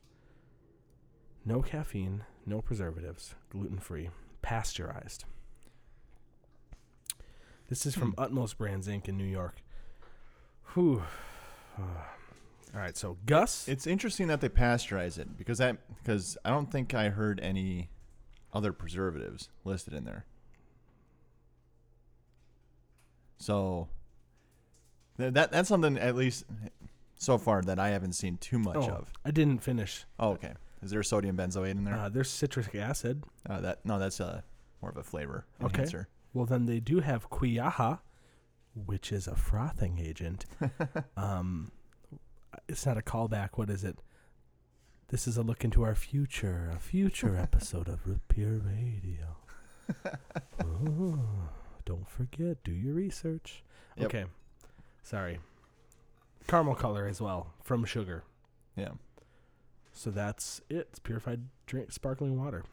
[SPEAKER 1] No caffeine, no preservatives, gluten free, pasteurized. This is from Utmost Brands Inc. in New York. Whew. [SIGHS] All right, so Gus.
[SPEAKER 2] It's interesting that they pasteurize it because that because I don't think I heard any other preservatives listed in there. So tha- that that's something at least so far that I haven't seen too much
[SPEAKER 1] Oh,
[SPEAKER 2] of.
[SPEAKER 1] I didn't finish.
[SPEAKER 2] Oh, okay. Is there sodium benzoate in there?
[SPEAKER 1] Uh, there's citric acid.
[SPEAKER 2] Uh, that no, that's uh more of a flavor
[SPEAKER 1] Okay.
[SPEAKER 2] enhancer.
[SPEAKER 1] Well, then they do have quiaha, which is a frothing
[SPEAKER 2] [LAUGHS]
[SPEAKER 1] agent. um, it's not a callback. What is it? This is a look into our future, a
[SPEAKER 2] [LAUGHS]
[SPEAKER 1] future episode of Root Beer Radio. Ooh, don't forget, do your research.
[SPEAKER 2] Yep.
[SPEAKER 1] Okay, sorry. Caramel color as well from sugar.
[SPEAKER 2] Yeah.
[SPEAKER 1] So that's it. It's purified drink, sparkling water.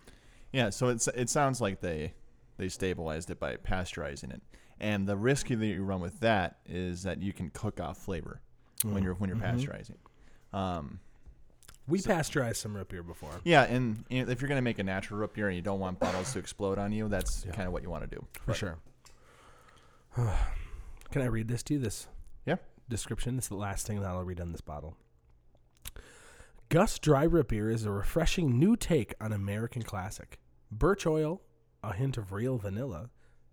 [SPEAKER 2] Yeah, so it's it sounds like they they stabilized it by pasteurizing it, and the risk that you run with that is that you can cook off flavor
[SPEAKER 1] Mm.
[SPEAKER 2] when you're when you're
[SPEAKER 1] Mm-hmm.
[SPEAKER 2] pasteurizing. Um,
[SPEAKER 1] We pasteurized some root beer before.
[SPEAKER 2] yeah, and you know, if you're gonna make a natural root beer and you don't want bottles to explode on you, that's
[SPEAKER 1] Yeah.
[SPEAKER 2] kind of what you want to do.
[SPEAKER 1] For sure. [SIGHS] Can I read this to you? This
[SPEAKER 2] Yeah.
[SPEAKER 1] description. It's the last thing that I'll read on this bottle. Gus Dry Root Beer is a refreshing new take on American classic. Birch oil, a hint of real vanilla,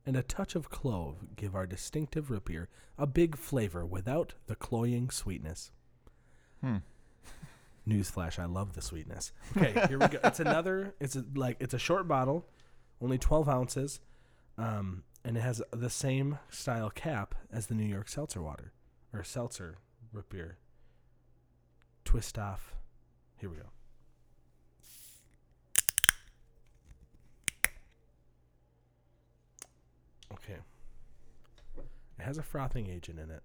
[SPEAKER 1] and a touch of clove give our distinctive root beer a big flavor without the cloying sweetness.
[SPEAKER 2] Hmm.
[SPEAKER 1] [LAUGHS] Newsflash, I love the sweetness. Okay, here we go.
[SPEAKER 2] [LAUGHS]
[SPEAKER 1] It's another, it's a, like, it's a short bottle, only 12 ounces, um, and it has the same style cap as the New York seltzer water or seltzer root beer. Twist off. Here we go. Okay. It has a frothing agent in it.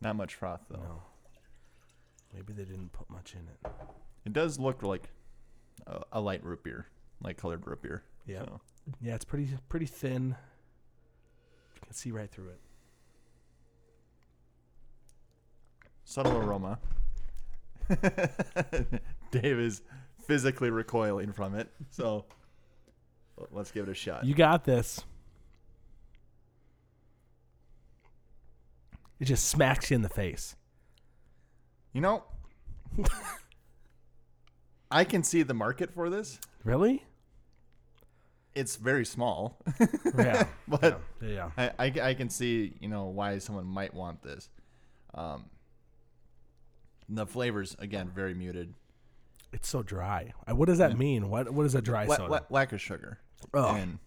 [SPEAKER 2] Not much froth though.
[SPEAKER 1] No. Maybe they didn't put much in it.
[SPEAKER 2] It does look like a, a light root beer, like colored root beer.
[SPEAKER 1] Yeah.
[SPEAKER 2] So,
[SPEAKER 1] Yeah, it's pretty pretty thin. You can see right through it.
[SPEAKER 2] subtle aroma. [LAUGHS] Dave is physically recoiling from it, so let's give it a shot.
[SPEAKER 1] You got this. It just smacks you in the face.
[SPEAKER 2] You know, [LAUGHS] I can see the market for this.
[SPEAKER 1] Really?
[SPEAKER 2] It's very small, [LAUGHS]
[SPEAKER 1] [LAUGHS] Yeah.
[SPEAKER 2] but
[SPEAKER 1] yeah. yeah.
[SPEAKER 2] I, I, I can see you know why someone might want this. Um, the flavors again very muted.
[SPEAKER 1] It's so dry. Uh, What does that mean? What What is a dry
[SPEAKER 2] Wha-
[SPEAKER 1] soda?
[SPEAKER 2] wha- lack of sugar.
[SPEAKER 1] Oh.
[SPEAKER 2] And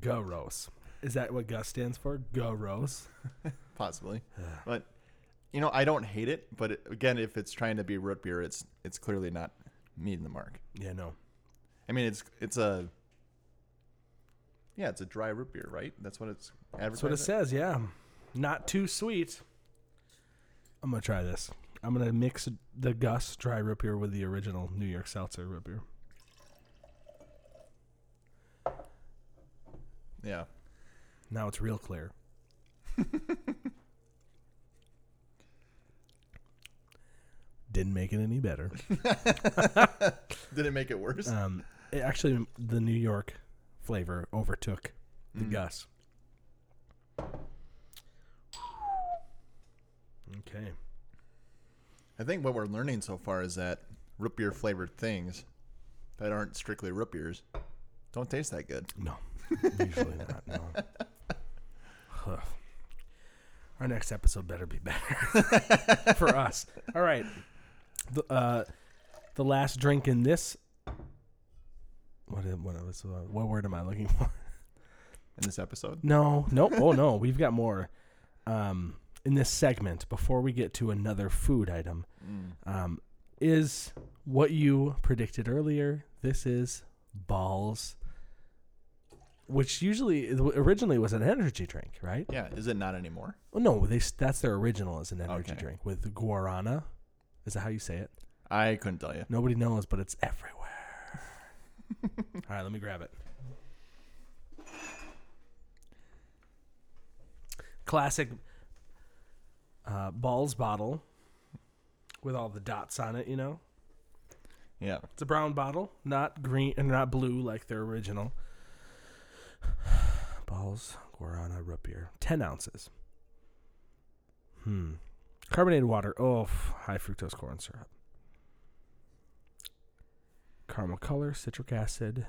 [SPEAKER 1] Gross. Is that what Gus stands for? Gross. [SIGHS]
[SPEAKER 2] possibly, but you know I don't hate it. But it, again, if it's trying to be root beer, it's it's clearly not meeting the mark.
[SPEAKER 1] Yeah. No.
[SPEAKER 2] I mean, it's it's a yeah, it's a dry root beer, right? That's what it's
[SPEAKER 1] That's what it
[SPEAKER 2] advertised.
[SPEAKER 1] says. Yeah. Not too sweet. I'm gonna try this. I'm gonna mix the Gus dry root beer with the original New York seltzer root beer.
[SPEAKER 2] Yeah.
[SPEAKER 1] Now it's real clear. Didn't make it any better.
[SPEAKER 2] Did it make it worse?
[SPEAKER 1] Um, it actually, the New York flavor overtook the Gus. Okay.
[SPEAKER 2] I think what we're learning so far is that root beer flavored things that aren't strictly root beers don't taste that good.
[SPEAKER 1] No, usually not. No. Huh. Our next episode better be better [LAUGHS] for us. All right. The, uh, the last drink in this. What, am- what, was- uh, what word am I looking for? [LAUGHS]
[SPEAKER 2] In this episode,
[SPEAKER 1] No, nope. Oh, no. We've got more. Um, in this segment, before we get to another food item,
[SPEAKER 2] Mm.
[SPEAKER 1] um, is what you predicted earlier. This is balls, which usually originally was an energy drink, right?
[SPEAKER 2] yeah, is it not anymore?
[SPEAKER 1] Well, no, they s- that's their original is an energy
[SPEAKER 2] Okay.
[SPEAKER 1] drink with guarana. Is that how you say it?
[SPEAKER 2] I couldn't tell you.
[SPEAKER 1] Nobody knows, but it's everywhere. All right, let me grab it. Classic uh, balls bottle with all the dots on it. You know,
[SPEAKER 2] Yeah,
[SPEAKER 1] it's a brown bottle, not green and not blue like their original. [SIGHS] balls guarana root beer, ten ounces. Hmm, carbonated water. Oh, f- high fructose corn syrup. caramel color, citric acid,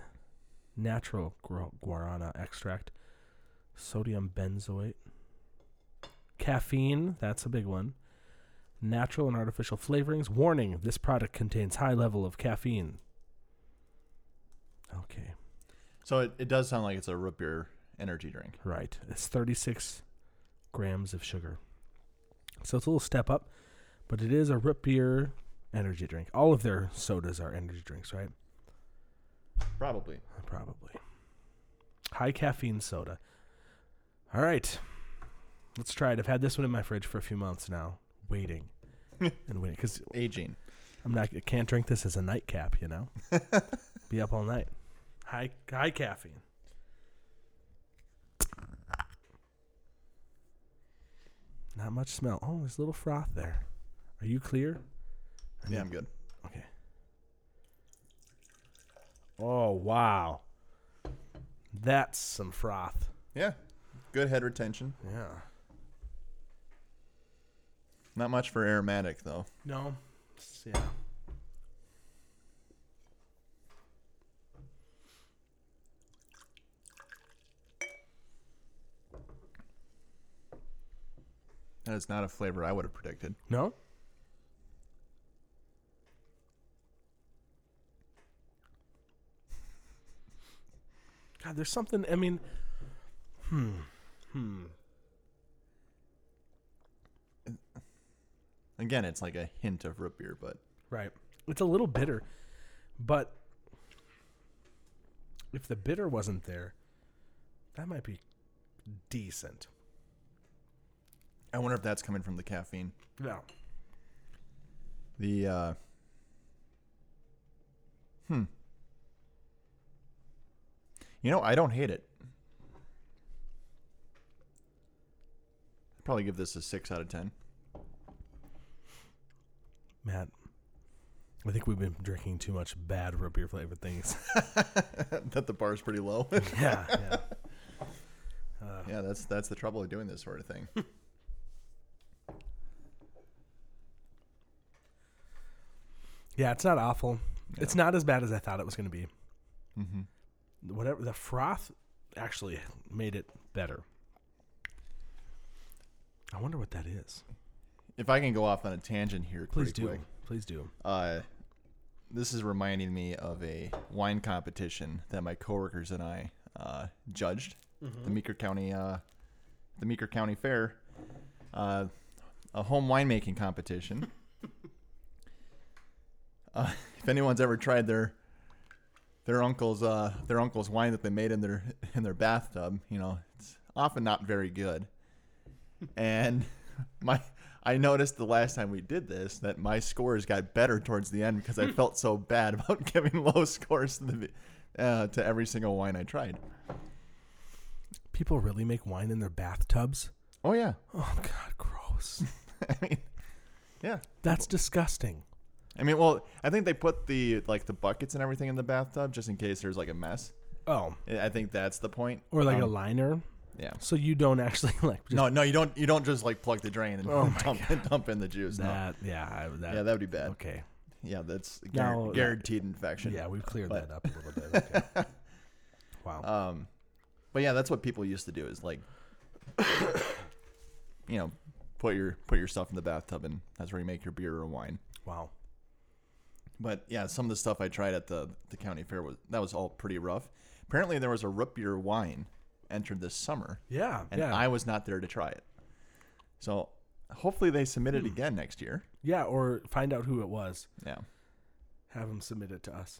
[SPEAKER 1] natural guar- guarana extract, sodium benzoate, caffeine, that's a big one. Natural and artificial flavorings. Warning, this product contains high level of caffeine. Okay,
[SPEAKER 2] so it, it does sound like it's a root beer energy drink.
[SPEAKER 1] right. It's 36 grams of sugar. So it's a little step up, but it is a root beer energy drink. All of their sodas are energy drinks, right?
[SPEAKER 2] Probably.
[SPEAKER 1] Probably. High caffeine soda. All right. Let's try it. I've had this one in my fridge for a few months now, waiting. and wait because
[SPEAKER 2] Aging.
[SPEAKER 1] I'm not. I can't drink this as a nightcap. You know, be up all night. High high caffeine. Not much smell. Oh, there's a little froth there. Are you clear? I
[SPEAKER 2] Yeah, I'm
[SPEAKER 1] need-
[SPEAKER 2] good.
[SPEAKER 1] Okay. Oh wow, that's some froth.
[SPEAKER 2] Yeah. Good head retention.
[SPEAKER 1] Yeah.
[SPEAKER 2] Not much for aromatic though.
[SPEAKER 1] No. It's- Yeah.
[SPEAKER 2] That is not a flavor I would have predicted.
[SPEAKER 1] No. God, there's something. I mean, hmm, hmm.
[SPEAKER 2] Again, it's like a hint of root beer, but
[SPEAKER 1] Right. It's a little bitter, but if the bitter wasn't there, that might be decent.
[SPEAKER 2] I wonder if that's coming from the caffeine.
[SPEAKER 1] Yeah.
[SPEAKER 2] The uh Hmm. You know, I don't hate it. I'd probably give this a six out of ten. [LAUGHS]
[SPEAKER 1] Matt, I think we've been drinking too much bad root beer flavored things.
[SPEAKER 2] that the bar's pretty low.
[SPEAKER 1] [LAUGHS]
[SPEAKER 2] [LAUGHS]
[SPEAKER 1] Uh. yeah. Yeah.
[SPEAKER 2] yeah, that's that's the trouble of doing this sort of thing.
[SPEAKER 1] Yeah, it's not awful. It's not as bad as I thought it was going to be.
[SPEAKER 2] Mm-hmm.
[SPEAKER 1] Whatever the froth actually made it better. I wonder what that is.
[SPEAKER 2] if I can go off on a tangent here,
[SPEAKER 1] Please
[SPEAKER 2] pretty
[SPEAKER 1] do.
[SPEAKER 2] quick.
[SPEAKER 1] Please do.
[SPEAKER 2] Uh, this is reminding me of a wine competition that my coworkers and I uh, judged the Meeker County uh, the Meeker County Fair, uh, a home winemaking competition. uh, if anyone's ever tried their their uncle's uh, their uncle's wine that they made in their in their bathtub, you know it's often not very good. And [LAUGHS] my I noticed the last time we did this that my scores got better towards the end because
[SPEAKER 1] Hmm.
[SPEAKER 2] I felt so bad [LAUGHS] about giving low scores to, the, uh, to every single wine I tried.
[SPEAKER 1] People really make wine in their bathtubs?
[SPEAKER 2] Oh yeah,
[SPEAKER 1] Oh god, gross.
[SPEAKER 2] [LAUGHS] I mean, yeah.
[SPEAKER 1] That's disgusting.
[SPEAKER 2] I mean, well, I think they put the like the buckets and everything in the bathtub just in case there's like a mess.
[SPEAKER 1] Oh,
[SPEAKER 2] I I think that's the point.
[SPEAKER 1] or like a
[SPEAKER 2] Um,
[SPEAKER 1] liner.
[SPEAKER 2] yeah.
[SPEAKER 1] So you don't actually [LAUGHS] like just
[SPEAKER 2] no, no, you don't. You don't just like plug the drain and [LAUGHS]
[SPEAKER 1] Oh my
[SPEAKER 2] dump, and dump in the juice. No.
[SPEAKER 1] that. Yeah, I, that.
[SPEAKER 2] Yeah, that would be bad.
[SPEAKER 1] Okay.
[SPEAKER 2] Yeah, that's guar-
[SPEAKER 1] No, that-
[SPEAKER 2] guaranteed infection.
[SPEAKER 1] Yeah, we've cleared
[SPEAKER 2] But-
[SPEAKER 1] that up a little bit.
[SPEAKER 2] [LAUGHS]
[SPEAKER 1] Okay. wow.
[SPEAKER 2] Um, but yeah, that's what people used to do is like, [COUGHS] you know, put your put your stuff in the bathtub, and that's where you make your beer or wine.
[SPEAKER 1] wow.
[SPEAKER 2] But yeah, some of the stuff I tried at the the county fair was that was all pretty rough. Apparently, there was a root beer wine entered this summer,
[SPEAKER 1] Yeah.
[SPEAKER 2] and
[SPEAKER 1] yeah.
[SPEAKER 2] I was not there to try it. So hopefully, they submit
[SPEAKER 1] Hmm.
[SPEAKER 2] it again next year.
[SPEAKER 1] yeah, or find out who it was.
[SPEAKER 2] Yeah,
[SPEAKER 1] have them submit it to us.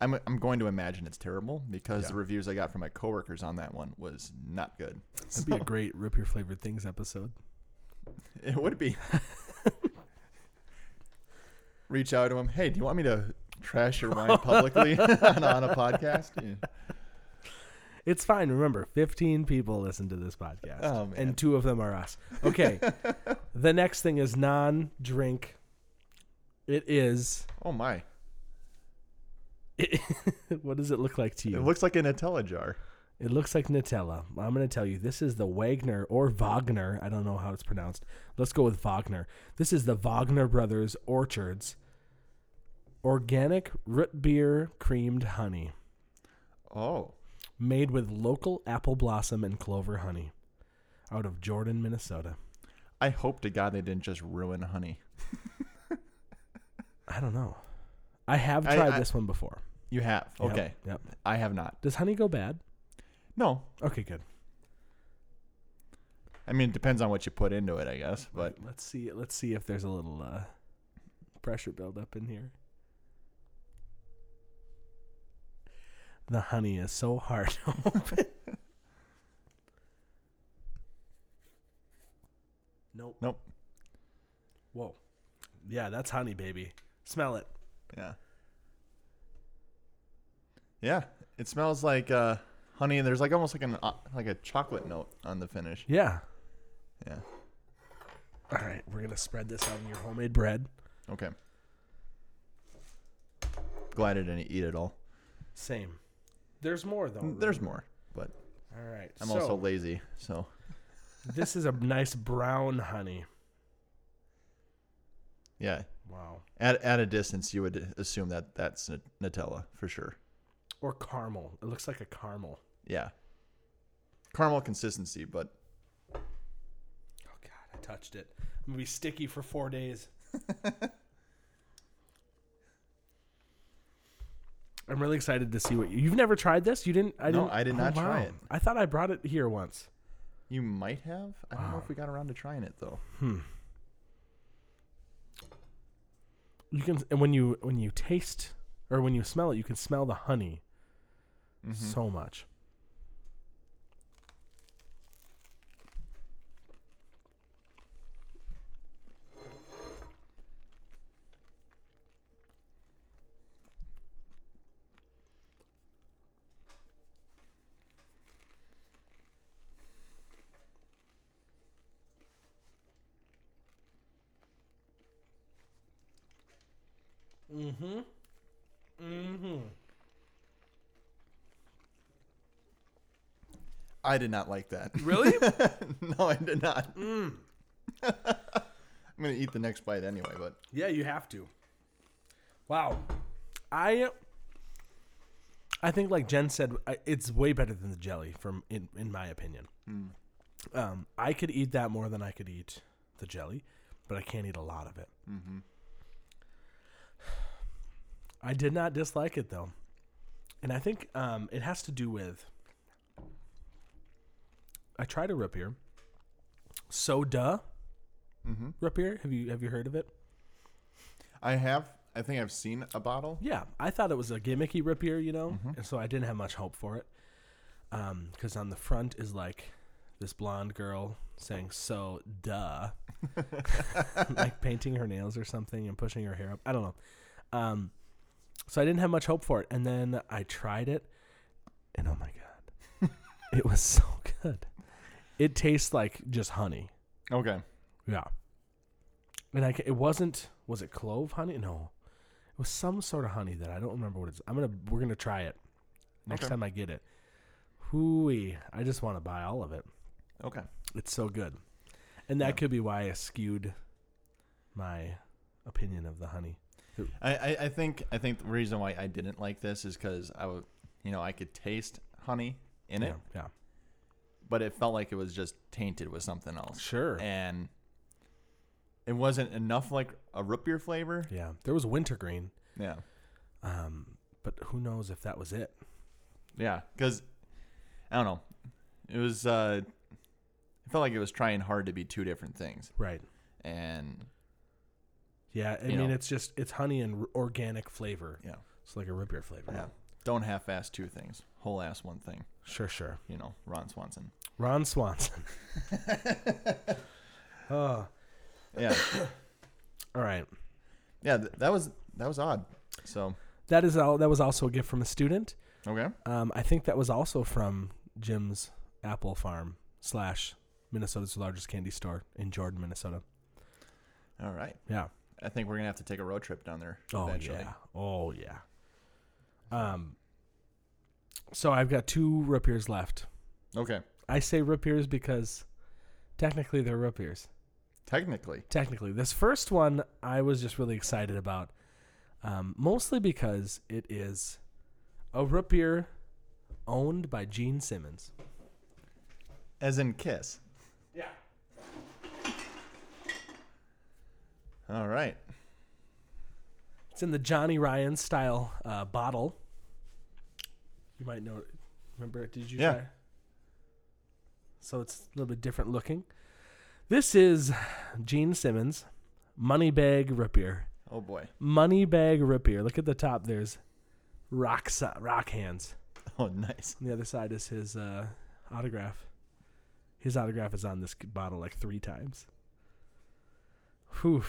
[SPEAKER 2] I'm I'm going to imagine it's terrible because
[SPEAKER 1] Yeah.
[SPEAKER 2] the reviews I got from my coworkers on that one was not good.
[SPEAKER 1] That'd be a great rip your flavored things episode.
[SPEAKER 2] [LAUGHS] It would be. Reach out to him. Hey, do you want me to trash your wine [LAUGHS] publicly on, on a podcast? Yeah.
[SPEAKER 1] It's fine. Remember, 15 people listen to this podcast,
[SPEAKER 2] Oh, man.
[SPEAKER 1] and two of them are us.
[SPEAKER 2] [LAUGHS]
[SPEAKER 1] Okay. the next thing is non drink. It is. [LAUGHS]
[SPEAKER 2] Oh my!
[SPEAKER 1] what does it look like to you?
[SPEAKER 2] It looks like an Nutella jar.
[SPEAKER 1] It looks like Nutella. I'm going to tell you, this is the Wagner or Wagner. I don't know how it's pronounced. Let's go with Wagner. This is the Wagner Brothers Orchards Organic Root Beer Creamed Honey.
[SPEAKER 2] Oh,
[SPEAKER 1] made with local apple blossom and clover honey out of Jordan, Minnesota.
[SPEAKER 2] I hope to God they didn't just ruin honey.
[SPEAKER 1] I don't know. I have
[SPEAKER 2] I-
[SPEAKER 1] tried
[SPEAKER 2] I-
[SPEAKER 1] this one before.
[SPEAKER 2] You have
[SPEAKER 1] Yep,
[SPEAKER 2] okay.
[SPEAKER 1] Yep.
[SPEAKER 2] I have not.
[SPEAKER 1] Does honey go bad?
[SPEAKER 2] No,
[SPEAKER 1] Okay, good.
[SPEAKER 2] I mean it depends on what you put into it, I guess. But
[SPEAKER 1] Let's see let's see if there's a little uh pressure buildup in here. The honey is so hard to [LAUGHS] open. nope.
[SPEAKER 2] nope.
[SPEAKER 1] Whoa. Yeah, that's honey, baby. Smell it.
[SPEAKER 2] Yeah. Yeah, it smells like uh, honey, and there's like almost like an uh, like a chocolate note on the finish.
[SPEAKER 1] Yeah.
[SPEAKER 2] Yeah.
[SPEAKER 1] All right, we're gonna spread this on your homemade bread.
[SPEAKER 2] Okay. Glad I didn't eat it all.
[SPEAKER 1] Same. There's more though.
[SPEAKER 2] Mm, There's more, but
[SPEAKER 1] All right.
[SPEAKER 2] I'm
[SPEAKER 1] so,
[SPEAKER 2] also lazy, so
[SPEAKER 1] [LAUGHS] this is a nice brown honey.
[SPEAKER 2] yeah.
[SPEAKER 1] Wow.
[SPEAKER 2] At at a distance, you would assume that that's Nut- Nutella for sure.
[SPEAKER 1] Or caramel. It looks like a caramel.
[SPEAKER 2] Yeah. Caramel consistency, but
[SPEAKER 1] Oh God, I touched it. I'm gonna be sticky for four
[SPEAKER 2] [LAUGHS]
[SPEAKER 1] days. I'm really excited to see what you, have never tried this. You didn't? I
[SPEAKER 2] No,
[SPEAKER 1] didn't. Oh,
[SPEAKER 2] I did not try it.
[SPEAKER 1] I thought I brought it here once.
[SPEAKER 2] you might have. I don't know if we got around to trying it though.
[SPEAKER 1] You can, and when you when you taste or when you smell it, you can smell the honey
[SPEAKER 2] Mm-hmm.
[SPEAKER 1] so much.
[SPEAKER 2] I did not like that.
[SPEAKER 1] Really?
[SPEAKER 2] [LAUGHS]
[SPEAKER 1] Mm.
[SPEAKER 2] no, I did not. [LAUGHS] I'm gonna eat the next bite anyway, but
[SPEAKER 1] Yeah, you have to. Wow, I I think like Jen said, I, it's way better than the jelly. From in in my opinion, um, I could eat that more than I could eat the jelly, but I can't eat a lot of it. Mm-hmm. I did not dislike it though, and I think um, it has to do with I tried a root beer, soda. mm Root beer, have you have you heard of it?
[SPEAKER 2] I have. I think I've seen a bottle.
[SPEAKER 1] Yeah, I thought it was a gimmicky rip here, you know, and so I didn't have much hope for it. Um, because on the front is like this blonde girl saying "so duh," [LAUGHS] like painting her nails or something and pushing her hair up. I don't know. Um, so I didn't have much hope for it, and then I tried it, and oh my god, it was so good. It tastes like just honey.
[SPEAKER 2] Okay.
[SPEAKER 1] Yeah. And I, ca- it wasn't. Was it clove honey? No, it was some sort of honey that I don't remember what it's. I'm gonna. We're gonna try it next
[SPEAKER 2] Okay.
[SPEAKER 1] time I get it. Hooey! I just want to buy all of it.
[SPEAKER 2] Okay.
[SPEAKER 1] It's so good, and that could be why I skewed my opinion of the honey.
[SPEAKER 2] I, I, I think I think the reason why I didn't like this is because I would, you know, I could taste honey in
[SPEAKER 1] Yeah,
[SPEAKER 2] it,
[SPEAKER 1] yeah,
[SPEAKER 2] but it felt like it was just tainted with something else.
[SPEAKER 1] Sure.
[SPEAKER 2] And it wasn't enough like a root beer flavor.
[SPEAKER 1] yeah. There was wintergreen,
[SPEAKER 2] Yeah.
[SPEAKER 1] um, but who knows if that was it?
[SPEAKER 2] Yeah. Because I don't know. It was. uh It felt like it was trying hard to be two different things,
[SPEAKER 1] Right.
[SPEAKER 2] and
[SPEAKER 1] Yeah. I
[SPEAKER 2] You
[SPEAKER 1] mean,
[SPEAKER 2] know.
[SPEAKER 1] it's just it's honey and r- organic flavor.
[SPEAKER 2] yeah,
[SPEAKER 1] It's like a root beer flavor.
[SPEAKER 2] yeah. Don't half-ass two things. Whole ass one thing.
[SPEAKER 1] Sure. Sure.
[SPEAKER 2] You know, Ron Swanson.
[SPEAKER 1] Ron Swanson. [LAUGHS] oh,
[SPEAKER 2] Yeah.
[SPEAKER 1] all right.
[SPEAKER 2] yeah. Th- that was that was odd. So
[SPEAKER 1] That is all. That was also a gift from a student.
[SPEAKER 2] okay.
[SPEAKER 1] Um, I think that was also from Jim's Apple Farm slash Minnesota's largest candy store in Jordan, Minnesota.
[SPEAKER 2] All right.
[SPEAKER 1] Yeah.
[SPEAKER 2] I think we're gonna have to take a road trip down there
[SPEAKER 1] Oh
[SPEAKER 2] eventually.
[SPEAKER 1] yeah. Oh yeah. Um. So I've got two root beers left.
[SPEAKER 2] Okay.
[SPEAKER 1] I say root beers because technically they're root beers.
[SPEAKER 2] Technically.
[SPEAKER 1] technically this first one i was just really excited about um, mostly because it is a root beer owned by gene simmons
[SPEAKER 2] As in kiss.
[SPEAKER 1] yeah
[SPEAKER 2] All right.
[SPEAKER 1] it's in the johnny ryan style uh, bottle you might know remember it did you
[SPEAKER 2] Yeah.
[SPEAKER 1] try? so it's a little bit different looking this is gene simmons moneybag root beer
[SPEAKER 2] Oh boy. [LAUGHS]
[SPEAKER 1] moneybag root beer look at the top there's rock, si- rock hands
[SPEAKER 2] Oh nice.
[SPEAKER 1] On the other side is his uh, autograph. His autograph is on this c- bottle like three times. Whew.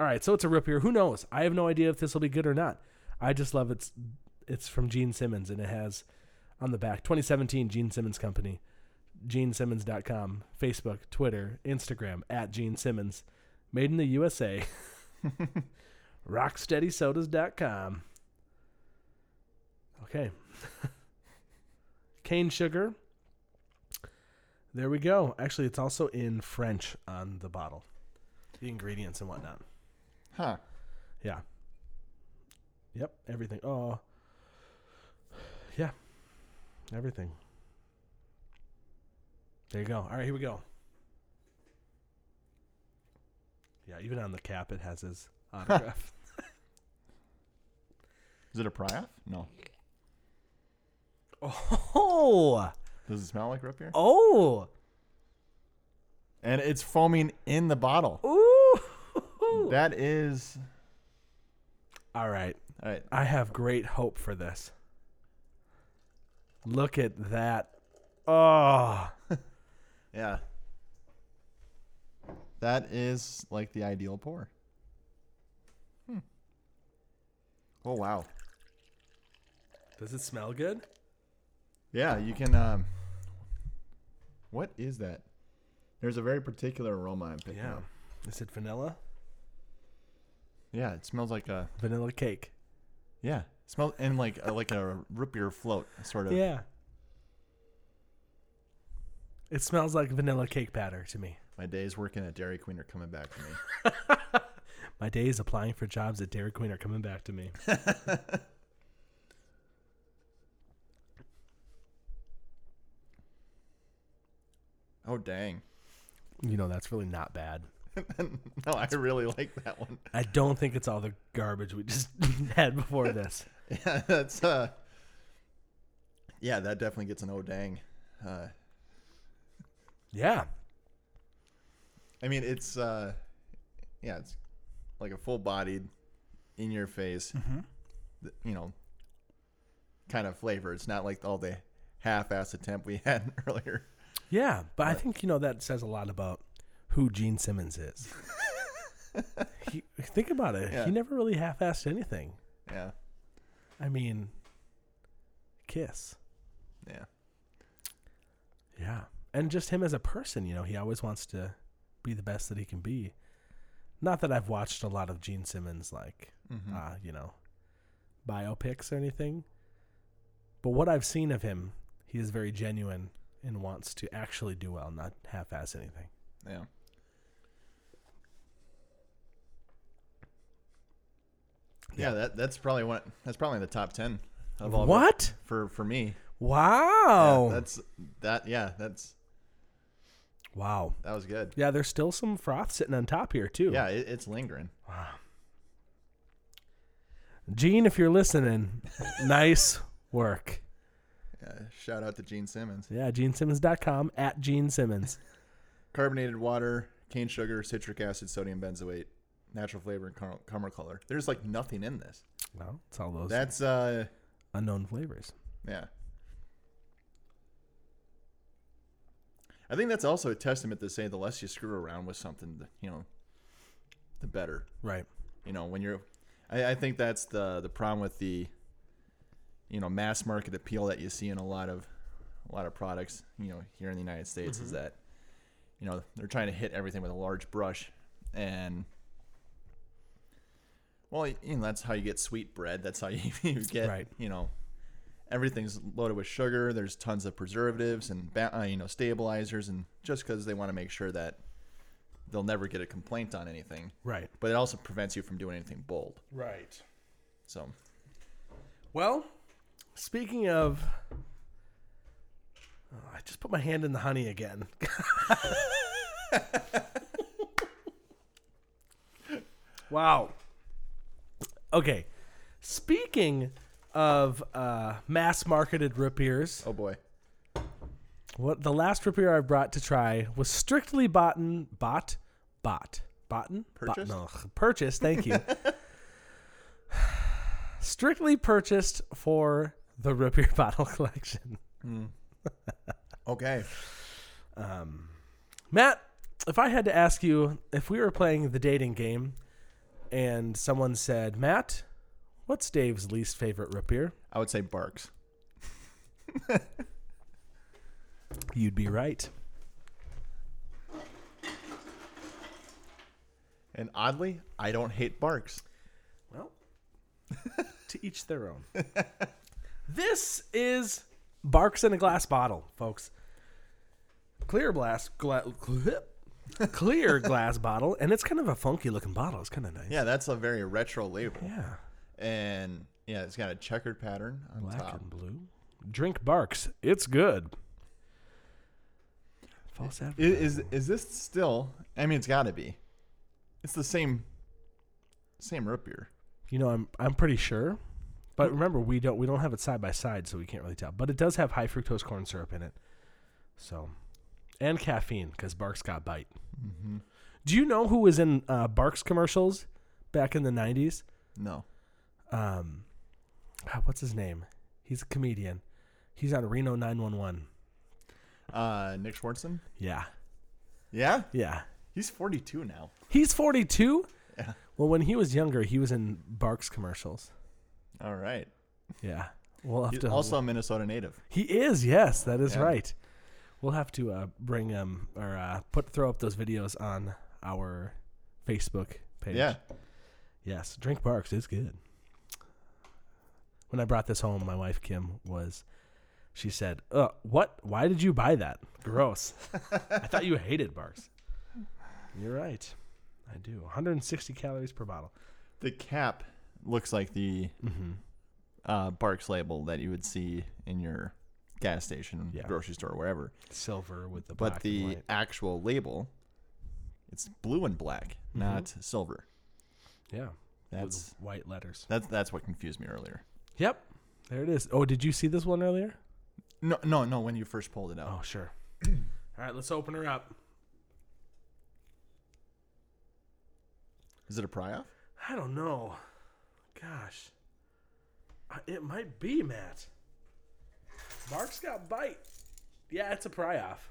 [SPEAKER 1] All right, so it's a root beer. Who knows? I have no idea if this will be good or not. I just love it's it's from Gene Simmons and it has on the back 2017 Gene Simmons Company, GeneSimmons.com, Facebook, Twitter, Instagram at Gene Simmons, made in the USA, RocksteadySodas.com. Okay, cane sugar. There we go. Actually, it's also in French on the bottle, the ingredients and whatnot.
[SPEAKER 2] Huh.
[SPEAKER 1] Yeah. Yep, everything. Oh. Yeah. Everything. There you go. All right, here we go. Yeah, even on the cap it has his autograph.
[SPEAKER 2] Is it a Priaf? No.
[SPEAKER 1] [LAUGHS] oh.
[SPEAKER 2] Does it smell like root beer?
[SPEAKER 1] Oh.
[SPEAKER 2] And it's foaming in the bottle.
[SPEAKER 1] Ooh.
[SPEAKER 2] That is.
[SPEAKER 1] All right.
[SPEAKER 2] All right.
[SPEAKER 1] I have great hope for this. Look at that. Oh.
[SPEAKER 2] Yeah. That is like the ideal pour. Hmm. Oh wow.
[SPEAKER 1] Does it smell good?
[SPEAKER 2] Yeah, you can. Um, what is that? There's a very particular aroma I'm picking
[SPEAKER 1] Yeah.
[SPEAKER 2] up.
[SPEAKER 1] Is it vanilla?
[SPEAKER 2] Yeah, it smells like a
[SPEAKER 1] Vanilla cake.
[SPEAKER 2] yeah, it smells and like a, like a root beer float sort of.
[SPEAKER 1] Yeah. It smells like vanilla cake batter to me.
[SPEAKER 2] My days working at Dairy Queen are coming back to me.
[SPEAKER 1] My days applying for jobs at Dairy Queen are coming back to me.
[SPEAKER 2] Oh dang!
[SPEAKER 1] [LAUGHS]
[SPEAKER 2] [LAUGHS]
[SPEAKER 1] you know, that's really not bad.
[SPEAKER 2] No, I really like that one. [LAUGHS]
[SPEAKER 1] I don't think it's all the garbage we just [LAUGHS] had before this.
[SPEAKER 2] Yeah, that's uh, yeah, that definitely gets an oh dang. Uh,
[SPEAKER 1] [LAUGHS] Yeah.
[SPEAKER 2] I mean, it's uh, yeah, it's like a full bodied, in your face, th- you know, kind of flavor. It's not like all the half ass attempt we [LAUGHS] had earlier.
[SPEAKER 1] Yeah. But I think, you know, that says a lot about who Gene Simmons is. [LAUGHS] he, think about it.
[SPEAKER 2] Yeah.
[SPEAKER 1] He never really half assed anything.
[SPEAKER 2] Yeah,
[SPEAKER 1] I mean, kiss.
[SPEAKER 2] yeah,
[SPEAKER 1] Yeah. And just him as a person, you know, he always wants to be the best that he can be. Not that I've watched a lot of Gene Simmons, like, uh, you know, biopics or anything. But what I've seen of him, he is very genuine and wants to actually do well, not half ass anything.
[SPEAKER 2] yeah. Yeah, that that's probably one. That's probably in the top ten of all.
[SPEAKER 1] What? Oh.
[SPEAKER 2] for for me? Yeah,
[SPEAKER 1] Wow.
[SPEAKER 2] that's that. Yeah, that's
[SPEAKER 1] wow.
[SPEAKER 2] that was good.
[SPEAKER 1] Yeah, there's still some froth sitting on top here, too.
[SPEAKER 2] Yeah, it, it's lingering.
[SPEAKER 1] Gene, if you're listening, nice work.
[SPEAKER 2] Yeah, shout out to Gene Simmons.
[SPEAKER 1] Yeah, GeneSimmons.com at Gene Simmons.
[SPEAKER 2] carbonated water, cane sugar, citric acid, sodium benzoate, natural flavor, and car- caramel color. There's like nothing in this.
[SPEAKER 1] Well, it's all those
[SPEAKER 2] That's uh,
[SPEAKER 1] unknown flavors.
[SPEAKER 2] yeah. I think that's also a testament to say the less you screw around with something, the, you know, the better.
[SPEAKER 1] Right.
[SPEAKER 2] You know, when you're, I, I think that's the the problem with the, you know, mass market appeal that you see in a lot of, a lot of products. You know, here in the United States is that, you know, they're trying to hit everything with a large brush, and. Well, you know, that's how you get sweet bread. That's how [LAUGHS] you, you get,
[SPEAKER 1] Right.
[SPEAKER 2] you know, everything's loaded with sugar. There's tons of preservatives and, ba- uh, you know, stabilizers. And just because they want to make sure that they'll never get a complaint on anything
[SPEAKER 1] Right.
[SPEAKER 2] but it also prevents you from doing anything bold.
[SPEAKER 1] Right.
[SPEAKER 2] So
[SPEAKER 1] Well, speaking of, Oh, I just put my hand in the honey again. [LAUGHS] wow. Okay. Speaking of uh, mass marketed root beers,
[SPEAKER 2] oh boy,
[SPEAKER 1] what the last root beer I brought to try was strictly bought bought bought bought
[SPEAKER 2] Purchased?
[SPEAKER 1] no, purchased. Thank you. strictly purchased for the root beer [LAUGHS] bottle collection.
[SPEAKER 2] okay,
[SPEAKER 1] Matt, if I had to ask you if we were playing the dating game, and someone said, Matt, what's Dave's least favorite root beer?
[SPEAKER 2] I would say Barks.
[SPEAKER 1] You'd be right.
[SPEAKER 2] And oddly, I don't hate Barks.
[SPEAKER 1] Well, [LAUGHS] to each their own. [LAUGHS] this is Barks in a Glass Bottle, folks. Clear blast, gla- [LAUGHS] clear glass bottle, and it's kind of a funky looking bottle. It's kind of nice.
[SPEAKER 2] Yeah, that's a very retro label.
[SPEAKER 1] Yeah.
[SPEAKER 2] And yeah, it's got a checkered pattern on
[SPEAKER 1] Black
[SPEAKER 2] top.
[SPEAKER 1] and blue. Drink Barks. It's good. False
[SPEAKER 2] I- Is, is this still? I mean, it's got to be. It's the same, same root beer.
[SPEAKER 1] You know, I'm I'm pretty sure,
[SPEAKER 2] Hmm.
[SPEAKER 1] but remember we don't we don't have it side by side, so we can't really tell. But it does have high fructose corn syrup in it, so and caffeine because Barks got bite.
[SPEAKER 2] Mm-hmm.
[SPEAKER 1] Do you know who was in uh, Barks commercials back in the '90s?
[SPEAKER 2] No.
[SPEAKER 1] Um, ah, what's his name? He's a comedian. He's on Reno 911.
[SPEAKER 2] Uh, Nick Swartzen.
[SPEAKER 1] Yeah,
[SPEAKER 2] Yeah,
[SPEAKER 1] yeah.
[SPEAKER 2] he's 42 now.
[SPEAKER 1] He's 42.
[SPEAKER 2] Yeah.
[SPEAKER 1] Well, when he was younger, he was in Barks commercials.
[SPEAKER 2] All right.
[SPEAKER 1] Yeah. We'll have
[SPEAKER 2] He's
[SPEAKER 1] to
[SPEAKER 2] also a Minnesota native.
[SPEAKER 1] He is, yes, that is
[SPEAKER 2] Yeah.
[SPEAKER 1] right. We'll have to uh, bring um or uh, put throw up those videos on our Facebook page.
[SPEAKER 2] Yeah.
[SPEAKER 1] Yes, drink barks is good. When I brought this home, my wife Kim was, she said, "Uh, what? Why did you buy that?
[SPEAKER 2] [LAUGHS]
[SPEAKER 1] Gross. I thought you hated barks." You're right. I do. 160 calories per bottle.
[SPEAKER 2] The cap looks like the
[SPEAKER 1] Mm-hmm.
[SPEAKER 2] uh, Barks label that you would see in your gas station,
[SPEAKER 1] Yeah.
[SPEAKER 2] grocery store, wherever.
[SPEAKER 1] Silver with the black
[SPEAKER 2] But
[SPEAKER 1] and
[SPEAKER 2] the
[SPEAKER 1] white.
[SPEAKER 2] actual label, it's blue and black,
[SPEAKER 1] Mm-hmm.
[SPEAKER 2] not silver.
[SPEAKER 1] yeah,
[SPEAKER 2] That's
[SPEAKER 1] with white letters.
[SPEAKER 2] that's that's what confused me earlier.
[SPEAKER 1] Yep, there it is. Oh, did you see this one earlier?
[SPEAKER 2] No, no, no. When you first pulled it out,
[SPEAKER 1] Oh, sure. [CLEARS THROAT] All right, let's open her up.
[SPEAKER 2] is it a pry off?
[SPEAKER 1] I don't know. Gosh. I- It might be, Matt. Mark's got bite. Yeah, it's a pry off.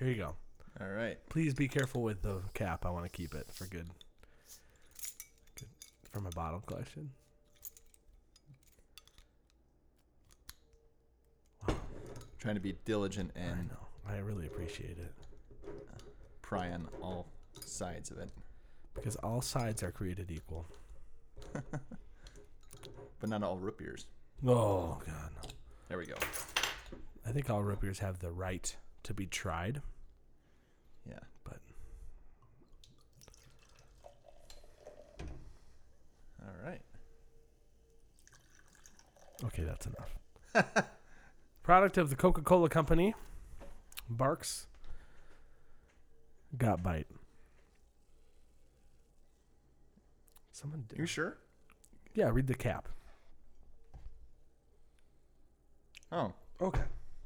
[SPEAKER 1] Here you go.
[SPEAKER 2] All right.
[SPEAKER 1] Please be careful with the cap. I want to keep it for good. Good for my bottle collection.
[SPEAKER 2] Trying to be diligent
[SPEAKER 1] I
[SPEAKER 2] and
[SPEAKER 1] know. I really appreciate it
[SPEAKER 2] pry on all sides of it,
[SPEAKER 1] because all sides are created equal.
[SPEAKER 2] but not all root beers.
[SPEAKER 1] Oh god. no.
[SPEAKER 2] There we go.
[SPEAKER 1] I think all root beers have the right to be tried,
[SPEAKER 2] Yeah.
[SPEAKER 1] but
[SPEAKER 2] All right.
[SPEAKER 1] Okay, that's enough. [LAUGHS] Product of the Coca Cola Company, Barks. Got bite. Someone
[SPEAKER 2] You
[SPEAKER 1] did.
[SPEAKER 2] sure?
[SPEAKER 1] Yeah, read the cap.
[SPEAKER 2] Oh,
[SPEAKER 1] Okay.